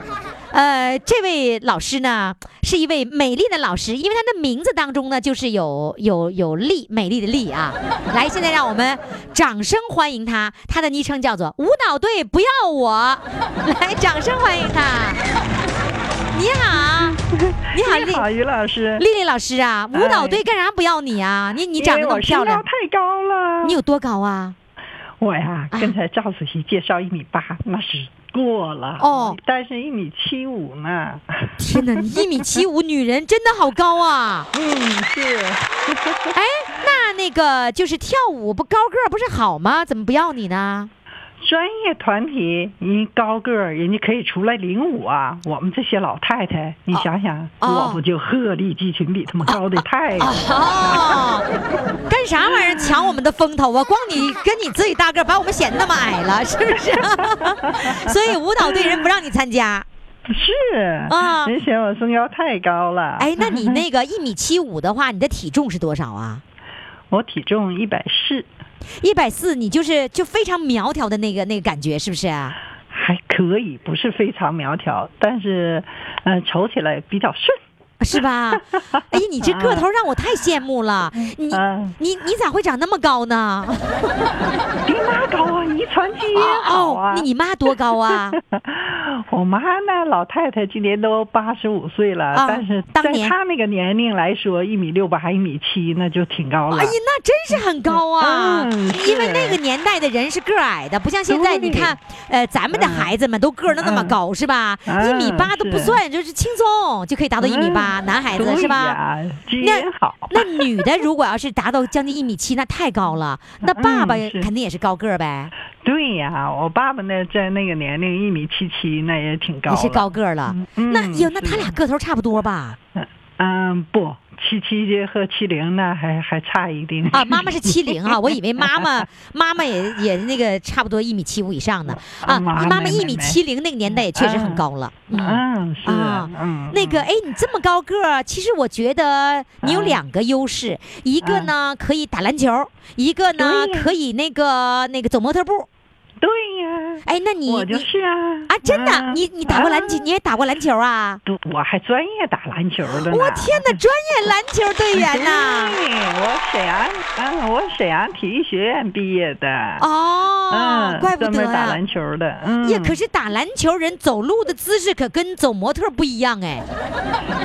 Speaker 2: 呃，这位老师呢，是一位美丽的老师，因为他的名字当中呢，就是有有有丽，美丽的丽啊。来，现在让我们掌声欢迎他，他的昵称叫做舞蹈队不要我，来，掌声欢迎他。你好，你好，
Speaker 9: 你好，
Speaker 2: 丽
Speaker 9: 于老师，
Speaker 2: 丽丽老师啊，舞蹈队干啥不要你啊？你你长得
Speaker 9: 因
Speaker 2: 那
Speaker 9: 为
Speaker 2: 么
Speaker 9: 我
Speaker 2: 漂
Speaker 9: 身高
Speaker 2: 亮，
Speaker 9: 太高了。
Speaker 2: 你有多高啊？
Speaker 9: 我呀，
Speaker 2: 啊
Speaker 9: 刚才赵主席介绍一米八，那是过了
Speaker 2: 哦
Speaker 9: 但是一米七五呢。
Speaker 2: 天哪，你一米七五，女人真的好高啊！
Speaker 9: 嗯，是
Speaker 2: 哎，那那个就是跳舞不高个儿不是好吗？怎么不要你呢？
Speaker 9: 专业团体，你高个儿，人家可以出来领舞啊。我们这些老太太，你想想，
Speaker 2: 哦
Speaker 9: 我不就鹤立鸡群，比他们高的太多。
Speaker 2: 哦，干啥玩意儿抢我们的风头啊？光你跟你自己大个儿，把我们显得那么矮了，是不 是？所以舞蹈队人不让你参加。
Speaker 9: 是
Speaker 2: 啊
Speaker 9: 人嫌我身高太高了。
Speaker 2: 哎，那你那个一米七五的话，你的体重是多少啊？
Speaker 9: 我体重一百四，
Speaker 2: 一百四，你就是就非常苗条的那个那个感觉，是不是啊？
Speaker 9: 还可以，不是非常苗条，但是，呃，瞅起来比较顺。
Speaker 2: 是吧？哎呀，你这个头让我太羡慕了。你
Speaker 9: 嗯
Speaker 2: 你你咋会长那么高呢？
Speaker 9: 比妈高啊，遗传基因好
Speaker 2: 哦
Speaker 9: 啊，。
Speaker 2: 那你妈多高 啊？
Speaker 9: 我妈呢，老太太今年都八十五岁了，
Speaker 2: 啊
Speaker 9: 但是
Speaker 2: 当
Speaker 9: 在
Speaker 2: 年
Speaker 9: 她那个年龄来说，一米六八、一米七那就挺高了。
Speaker 2: 哎呀，那真是很高啊！
Speaker 9: 嗯
Speaker 2: 因为
Speaker 9: 是
Speaker 2: 那个年代的人是个儿矮的，不像现在，你看，呃，咱们的孩子们都个儿都那么高，是吧？一
Speaker 9: 嗯
Speaker 2: 米八都不
Speaker 9: 是嗯
Speaker 2: 算，就是轻松就可以达到一米八，男孩子
Speaker 9: 对
Speaker 2: 是吧？
Speaker 9: 呀？基因
Speaker 2: 那
Speaker 9: 好，
Speaker 2: 那女的如果要是达到将近一米七，那太高了。那爸爸
Speaker 9: 嗯是
Speaker 2: 肯定也是高个儿呗，
Speaker 9: 对呀，我爸爸呢，在那个年龄一米七七，那也挺高
Speaker 2: 也
Speaker 9: 了。
Speaker 2: 是高个儿了。
Speaker 9: 嗯
Speaker 2: 那哟，那
Speaker 9: 是
Speaker 2: 他俩个头差不多吧？
Speaker 9: 嗯，不，七七和七零呢，还还差一定。
Speaker 2: 啊，妈妈是七零啊，我以为妈 妈妈妈也也那个差不多一米七五以上呢。啊，你
Speaker 9: 妈
Speaker 2: 妈妈
Speaker 9: 嗯没
Speaker 2: 一
Speaker 9: 没
Speaker 2: 米
Speaker 9: 没
Speaker 2: 七零那个年代也确实很
Speaker 9: 嗯
Speaker 2: 高了。嗯。
Speaker 9: 嗯，是
Speaker 2: 啊
Speaker 9: 嗯，
Speaker 2: 那个，哎，你这么高个儿，其实我觉得你有
Speaker 9: 嗯
Speaker 2: 两个优势，一个
Speaker 9: 嗯
Speaker 2: 呢可以打篮球，一个呢
Speaker 9: 对呀
Speaker 2: 可以那个那个走模特步。
Speaker 9: 对呀，
Speaker 2: 哎，那你
Speaker 9: 我就
Speaker 2: 你
Speaker 9: 是啊
Speaker 2: 啊，真的，
Speaker 9: 嗯
Speaker 2: 你你打过篮球，
Speaker 9: 啊
Speaker 2: 你也打过篮球啊？
Speaker 9: 对我还专业打篮球的呢。
Speaker 2: 我天哪，专业篮球队员呐！
Speaker 9: 对，哎我沈阳，嗯，我沈阳体育学院毕业的。
Speaker 2: 哦
Speaker 9: 嗯，，
Speaker 2: 怪不
Speaker 9: 专
Speaker 2: 得啊
Speaker 9: 门打
Speaker 2: 呀。
Speaker 9: 篮球的，嗯，
Speaker 2: 呀，可是打篮球人走路的姿势可跟走模特不一样哎。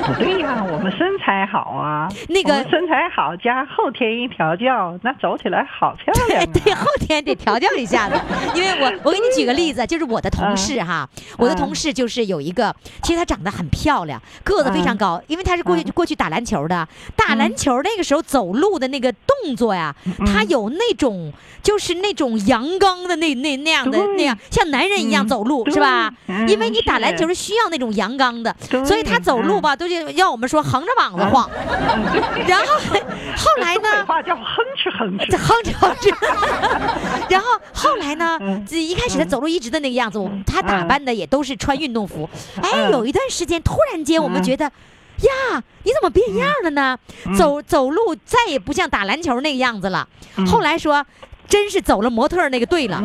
Speaker 9: 不对哎呀、我们身材好啊，
Speaker 2: 那个
Speaker 9: 我们身材好加后天一调教，那走起来好漂亮、啊。
Speaker 2: 对，后天得调教一 下子，因为我我给你举个例子，就是我的同事
Speaker 9: 嗯
Speaker 2: 哈，我的同事就是有一个，其实她长得很漂亮，个子非
Speaker 9: 嗯
Speaker 2: 常高，因为她是过去过去打篮球的，打篮球那个时候走路的那个动作呀，
Speaker 9: 嗯
Speaker 2: 她有那种就是那种阳刚的那那那样的
Speaker 9: 对
Speaker 2: 那样，像男人一样
Speaker 9: 嗯
Speaker 2: 走路是
Speaker 9: 对
Speaker 2: 吧？
Speaker 9: 嗯
Speaker 2: 因为你打篮
Speaker 9: 是
Speaker 2: 球是需要那种阳刚的，
Speaker 9: 对
Speaker 2: 所以她走路
Speaker 9: 嗯
Speaker 2: 吧，都是要我们说横着膀子晃，然后后来
Speaker 9: 东北
Speaker 2: 呢？
Speaker 9: 话叫哼哧哼哧。
Speaker 2: 这 哼哧哼哧，然后后来呢
Speaker 9: 嗯，
Speaker 2: 这一开始他走路一直的那个样子，我们他打扮的也都是穿运动服。哎，
Speaker 9: 嗯
Speaker 2: 有一段时间突然间我们觉得，呀，你怎么变样了呢？
Speaker 9: 嗯
Speaker 2: 走走路再也不像打篮球那个样子了。
Speaker 9: 嗯
Speaker 2: 后来说。真是走了模特儿那个队了，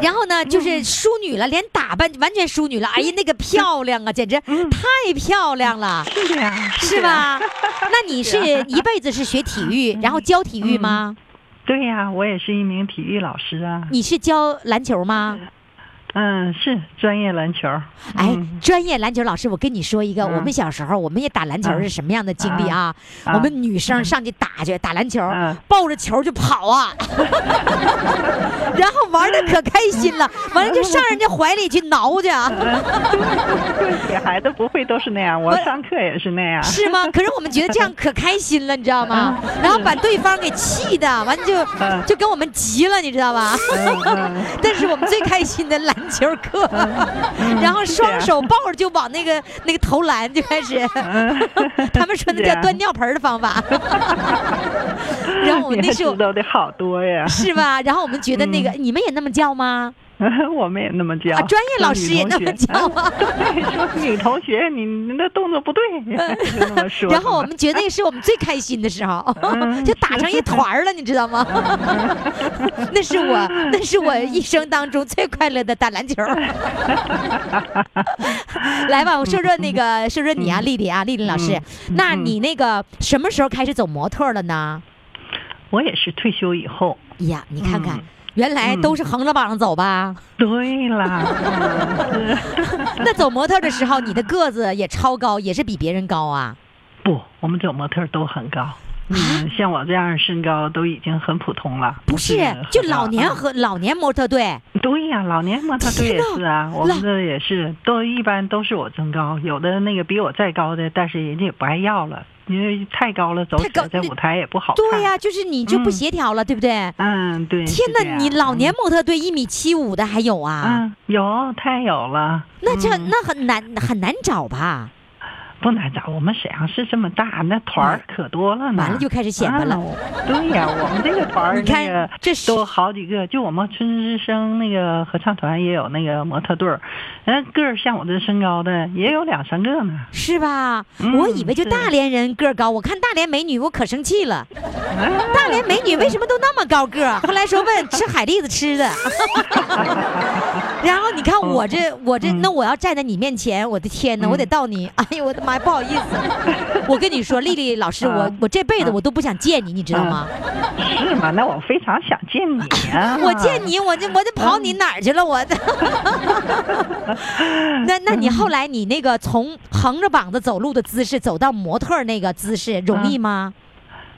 Speaker 2: 然后呢，
Speaker 9: 嗯
Speaker 2: 就是淑女了，连打扮完全淑女了。哎呀，那个漂亮啊，简直太漂亮了，
Speaker 9: 嗯是啊呀，
Speaker 2: 是吧？那你是一辈子是学体 育，然后教体育吗？
Speaker 9: 对呀、我也是一名体育老师啊。
Speaker 2: 你是教篮球吗？
Speaker 9: 嗯，是专业 篮球。
Speaker 2: 哎
Speaker 9: 嗯，
Speaker 2: 专业篮球老师，我跟你说一个，
Speaker 9: 嗯
Speaker 2: 我们小时候我们也打篮球是什么样的经历啊？
Speaker 9: 嗯
Speaker 2: 我们女生上去打去打篮球
Speaker 9: 嗯，
Speaker 2: 抱着球就 跑啊，然后玩的可开心了，
Speaker 9: 嗯
Speaker 2: 完了就上人家怀里去挠去啊，
Speaker 9: 对，孩子不会都是那样，我上课也是那样。
Speaker 2: 是吗？可是我们觉得这样可开心了，你知道吗？
Speaker 9: 啊
Speaker 2: 然后把对方给气的，完就
Speaker 9: 嗯
Speaker 2: 就跟我们急了，你知道吧？
Speaker 9: 嗯
Speaker 2: 但是我们最开心的篮球课，
Speaker 9: 啊嗯
Speaker 2: 然后双手抱着就往那个那个投篮就开
Speaker 9: 啊
Speaker 2: 始， 他们说那
Speaker 9: 是
Speaker 2: 叫
Speaker 9: 啊
Speaker 2: 端尿盆儿的 方法。然后我
Speaker 9: 你还
Speaker 2: 们哦那时候
Speaker 9: 知道的嗯好多呀，
Speaker 2: 是吧？然后我们觉得那个你们也那么叫吗？
Speaker 9: 我们也那么教，
Speaker 2: 啊，专业老师也那么
Speaker 9: 女同学
Speaker 2: 叫吗？
Speaker 9: 对，说女同学，你你那动作不 对，就那么说。
Speaker 2: 然后我们觉得那是我们最开心的时候，就打成一团儿了，你知道吗？ 那是我，那是我一生当中最快乐的打篮球。 来吧，我说说那个，说说你啊，丽丽啊，丽丽老师，那你那个什么时候开始走模特了呢？哎
Speaker 9: 我也是退休以后，
Speaker 2: 呀，你看看
Speaker 9: 嗯，
Speaker 2: 原来都是横着往上走吧？
Speaker 9: 对啦， 嗯
Speaker 2: 那走模特的时候，你的个子也超高，也是比别人高啊？
Speaker 9: 不，我们走模特儿都很高。嗯，像我这样身高都已经很普通了。
Speaker 2: 不是
Speaker 9: 很高，
Speaker 2: 就老年
Speaker 9: 嗯
Speaker 2: 和老年模特队。
Speaker 9: 对呀、老年模特队也是啊，我
Speaker 2: 老
Speaker 9: 们这也是都一般都是我增高，有的那个比我再高的，但是人家也不爱要了，因为太高了走
Speaker 2: 太
Speaker 9: 起
Speaker 2: 高
Speaker 9: 来在
Speaker 2: 那
Speaker 9: 舞台也不好看。
Speaker 2: 对呀、就是你就不
Speaker 9: 嗯
Speaker 2: 协调了，对不对？
Speaker 9: 嗯，对。
Speaker 2: 天
Speaker 9: 是这
Speaker 2: 哪，
Speaker 9: 样
Speaker 2: 你老年模特队一米七五的还有啊？
Speaker 9: 嗯有太有了，
Speaker 2: 那这
Speaker 9: 嗯
Speaker 2: 那很难很难找吧？
Speaker 9: 不难找，我们沈阳市这么大，那团儿可多了呢。
Speaker 2: 完了就开始显摆了
Speaker 9: 啊对呀、我们这个团儿，
Speaker 2: 你看
Speaker 9: 那个
Speaker 2: 这是
Speaker 9: 都好几个，就我们春日之声那个合唱团也有那个模特队儿，人个儿像我这身高的也有两三个呢。
Speaker 2: 是吧？
Speaker 9: 嗯
Speaker 2: 我以为就大连人个儿高，我看大连美女我可生气了。大连美女为什么都那么高个儿？后来说问吃海蛎子吃的。 然后你看
Speaker 9: 嗯
Speaker 2: 我这我这，那我要站在你面前，我的天哪，我得到你， 哎呦我的妈呀，不好意思。 我跟你说，丽丽老师，我
Speaker 9: 嗯
Speaker 2: 我这辈子我都不想见你，你知道吗？
Speaker 9: 啊是吗？那我非常想见你啊呀、
Speaker 2: 我见你，我就我就跑你哪儿去了？我 的。那那你后来你那个从横着膀子走路的姿势走到模特儿那个姿势容易吗？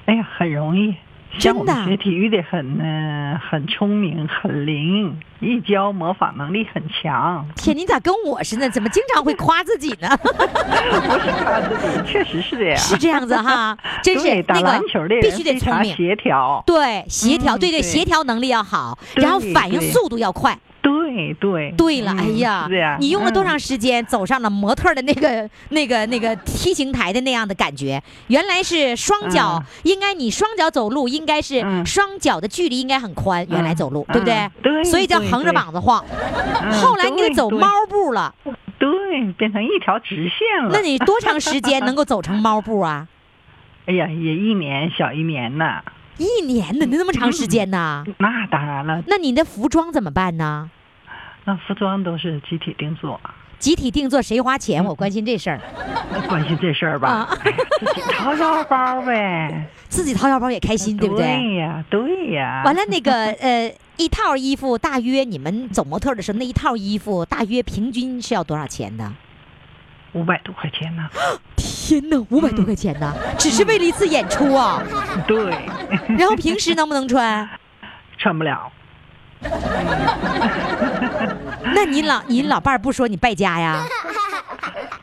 Speaker 9: 哎呀，很容易。像我
Speaker 2: 真的
Speaker 9: 们学体育的很呢、很聪明，很灵，一教模仿能力很强。
Speaker 2: 天，你咋跟我似的？怎么经常会夸自己 呢？
Speaker 9: 不是他自己， 确实是这样。
Speaker 2: 是这样子哈，真
Speaker 9: 对
Speaker 2: 是
Speaker 9: 打
Speaker 2: 那
Speaker 9: 篮
Speaker 2: 个
Speaker 9: 球的人
Speaker 2: 必须得
Speaker 9: 非
Speaker 2: 聪
Speaker 9: 常
Speaker 2: 明，
Speaker 9: 协调。
Speaker 2: 对协调，
Speaker 9: 嗯
Speaker 2: 对对，
Speaker 9: 对
Speaker 2: 协调能力要好，
Speaker 9: 对
Speaker 2: 然后反应
Speaker 9: 对
Speaker 2: 速度要快。
Speaker 9: 对对
Speaker 2: 对了，哎
Speaker 9: 嗯
Speaker 2: 呀
Speaker 9: 是这样，
Speaker 2: 你用了多
Speaker 9: 嗯
Speaker 2: 长时间走上了模特儿的 那个、那个、那个梯形台的那样的感觉？原来是双脚，应该你双脚走路，应该是
Speaker 9: 嗯
Speaker 2: 双脚的距离应该很宽，原来走路，
Speaker 9: 嗯
Speaker 2: 对不对？
Speaker 9: 对
Speaker 2: 所以叫
Speaker 9: 对
Speaker 2: 横着
Speaker 9: 对
Speaker 2: 膀子晃。
Speaker 9: 嗯
Speaker 2: 后来你给走
Speaker 9: 对
Speaker 2: 猫步了，
Speaker 9: 对，对变成一条直线了。
Speaker 2: 那你多长时间能够走成猫 步啊？
Speaker 9: 哎呀，也一年小一年呢。
Speaker 2: 一年呢，那么长时间呢？
Speaker 9: 那当然了，
Speaker 2: 那你的服装怎么办呢？
Speaker 9: 那服装都是集体定做，
Speaker 2: 集体定做谁花钱？我关心这事儿，
Speaker 9: 关心这事儿吧
Speaker 2: 啊。
Speaker 9: 哎呀自己掏腰包呗。
Speaker 2: 自己掏腰包也开 心，对不对？
Speaker 9: 对呀，对呀。
Speaker 2: 完了，那个呃，一套衣服大约你们走模特的时候，那一套衣服大约平均是要多少钱的？
Speaker 9: 五百多块钱呢。
Speaker 2: 天哪，五百多块钱呢！嗯只是为了一次演出啊！
Speaker 9: 对，
Speaker 2: 然后平时能不能穿？
Speaker 9: 穿不了。
Speaker 2: 那你老你老伴儿不说你败家呀？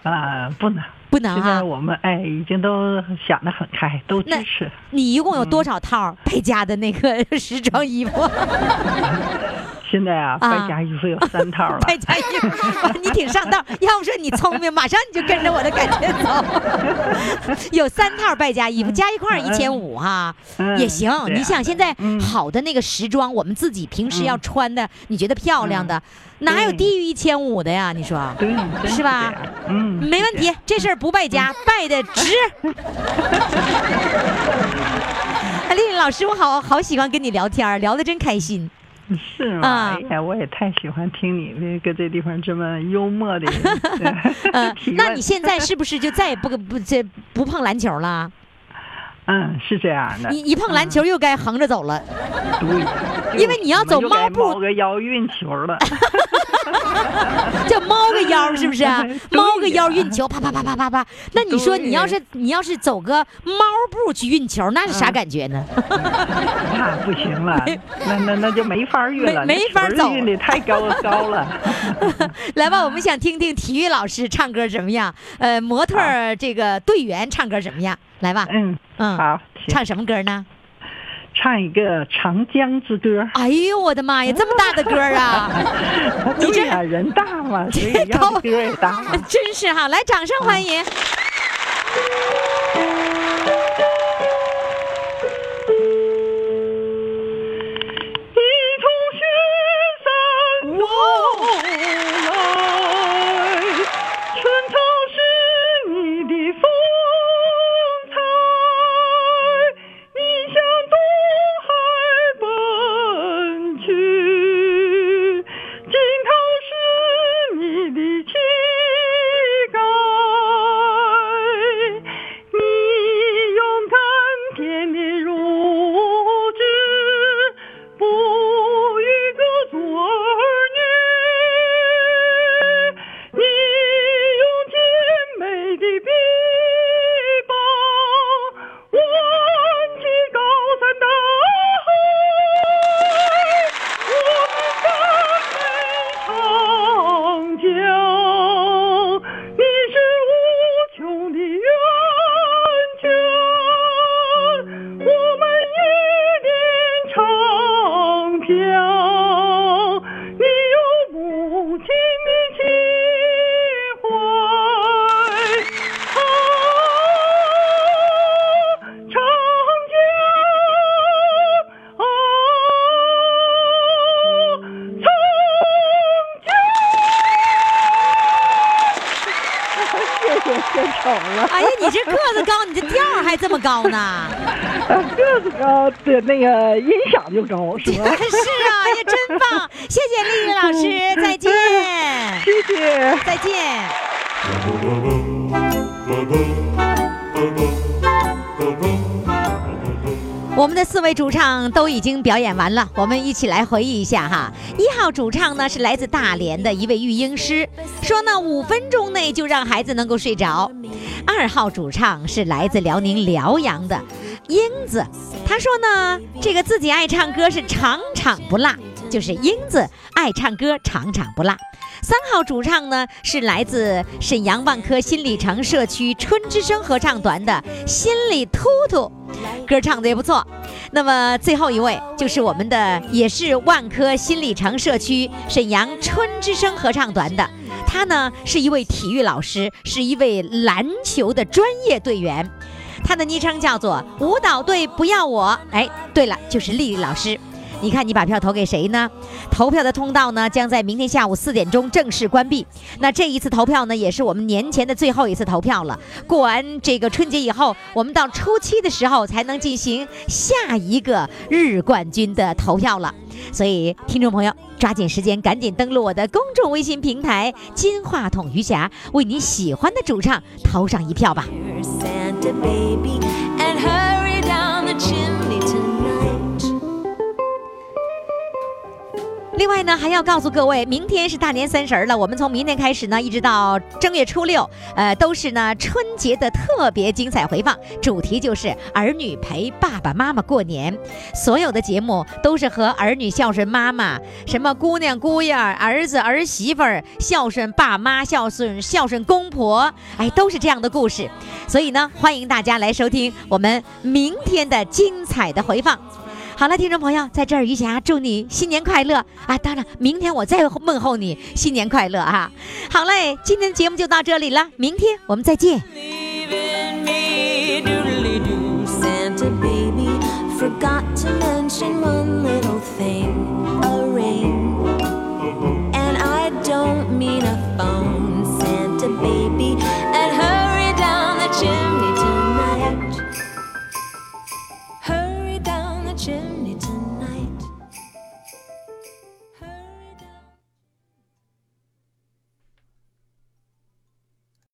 Speaker 9: 啊，不能。
Speaker 2: 不能
Speaker 9: 现在
Speaker 2: 啊！
Speaker 9: 我们哎，已经都想得很开，都支持。
Speaker 2: 你一共有多少套败家的那个 时装衣服？
Speaker 9: 现在啊，
Speaker 2: 啊
Speaker 9: 败家衣服有三套 了。
Speaker 2: 败家衣服，哇你挺上道。要不说你聪明，马上你就跟着我的感觉走。 有三套败家衣服，加一块儿一千五哈，
Speaker 9: 嗯
Speaker 2: 也行。
Speaker 9: 对啊
Speaker 2: 你想现在
Speaker 9: 嗯
Speaker 2: 好的那个时装，我们自己平时要穿的，你觉得漂亮的，哪有
Speaker 9: 嗯对
Speaker 2: 低于一千五的呀？你说
Speaker 9: 对，真
Speaker 2: 是
Speaker 9: 这
Speaker 2: 吧
Speaker 9: 样？嗯，
Speaker 2: 没问题，这事儿不败家，败的值。 哎，丽丽老师，我好好喜欢跟你聊天儿，聊得真开心。
Speaker 9: 是
Speaker 2: 啊
Speaker 9: 吗？哎呀，我也太喜欢听你那个这地方这么幽默的对
Speaker 2: 嗯
Speaker 9: 提，
Speaker 2: 那
Speaker 9: 问
Speaker 2: 你现在是不是就再也不不这不碰篮球了？
Speaker 9: 嗯是这样
Speaker 1: 哎
Speaker 9: 的，
Speaker 2: 你一碰
Speaker 1: 嗯
Speaker 2: 篮球又该横着走了，
Speaker 9: 对，
Speaker 2: 因为你要走猫步
Speaker 9: 猫个腰运球了，
Speaker 2: 叫猫个腰是不是 啊？
Speaker 1: 对
Speaker 2: 猫个腰运球，啪啪啪啪啪啪。那你说你要是你要是走个猫步去运球，那
Speaker 1: 嗯
Speaker 2: 是啥感觉呢？
Speaker 1: 那不行了，那那那就没法运了，
Speaker 2: 没没法
Speaker 1: 那
Speaker 2: 走
Speaker 1: 球运的太高高了。
Speaker 2: 来吧，我们想听听体育老师唱歌怎么样？呃，模特儿这个队员唱歌怎么样？来吧，
Speaker 1: 嗯，
Speaker 2: 嗯
Speaker 1: 好，
Speaker 2: 唱什么歌呢？
Speaker 1: 唱一个《长江之歌》。
Speaker 2: 哎呦我的妈呀，这么大的歌 啊！ 你这
Speaker 1: 对呀，人大嘛，所以要
Speaker 2: 高
Speaker 1: 的歌也大嘛。
Speaker 2: 真是哈，来掌声欢迎。
Speaker 1: 一同是山东来，春潮是你的风采，你向东海奔去，尽头是你的气概，你勇敢坚定如志。不与各族儿女，你用健美的臂膀挽起高山大海，我们赞美长江，你是无穷的源泉，我们一念长飘，你有母亲的情怀。啊，长江啊，长江。谢谢献丑了。
Speaker 2: 哎呀，你这个子高，你这调儿还这么高呢？
Speaker 1: 呃个子高的那个音响就高，是
Speaker 2: 是
Speaker 1: 吧
Speaker 2: 啊，哎？呀，真棒！谢谢丽丽老师，再见，
Speaker 1: 谢谢。
Speaker 2: 再见。我们的四位主唱都已经表演完了，我们一起来回忆一下哈。一号主唱呢是来自大连的一位育婴师，说呢五分钟内就让孩子能够睡着。二号主唱是来自辽宁辽阳的英子，她说呢这个自己爱唱歌是场场不落，就是英子爱唱歌场场不落。三号主唱呢是来自沈阳万科新里程社区春之声合唱团的心里突突，歌唱的也不错。那么最后一位就是我们的，也是万科新里程社区沈阳春之声合唱团的，他呢是一位体育老师，是一位篮球的专业队员，他的昵称叫做舞蹈队不要我。哎，对了，就是丽丽老师。你看，你把票投给谁呢？投票的通道呢，将在明天下午四点钟正式关闭。那这一次投票呢，也是我们年前的最后一次投票了。过完这个春节以后，我们到初七的时候才能进行下一个日冠军的投票了。所以，听众朋友，抓紧时间，赶紧登录我的公众微信平台“金话筒余霞”，为你喜欢的主唱投上一票吧。
Speaker 10: Dear Santa baby and hurry down the chimney tonight.
Speaker 2: 另外呢，还要告诉各位，明天是大年三十儿了。我们从明天开始呢，一直到正月初六，呃，都是呢春节的特别精彩回放，主题就是儿女陪爸爸妈妈过年。所有的节目都是和儿女孝顺妈妈，什么姑娘姑爷儿、儿子儿媳妇儿孝顺爸妈、孝顺孝顺公婆，哎，都是这样的故事。所以呢，欢迎大家来收听我们明天的精彩的回放。好了，听众朋友，在这儿余霞祝你新年快乐啊！当然，明天我再问候你新年快乐啊！好嘞，今天的节目就到这里了，明天我们再见。
Speaker 10: Believe in me, doodly doo, Santa baby. Forgot to mention one little thing a ring. And I don't mean a phone, Santa baby. And hurry down the chimney tonight. Hurry down the chimney.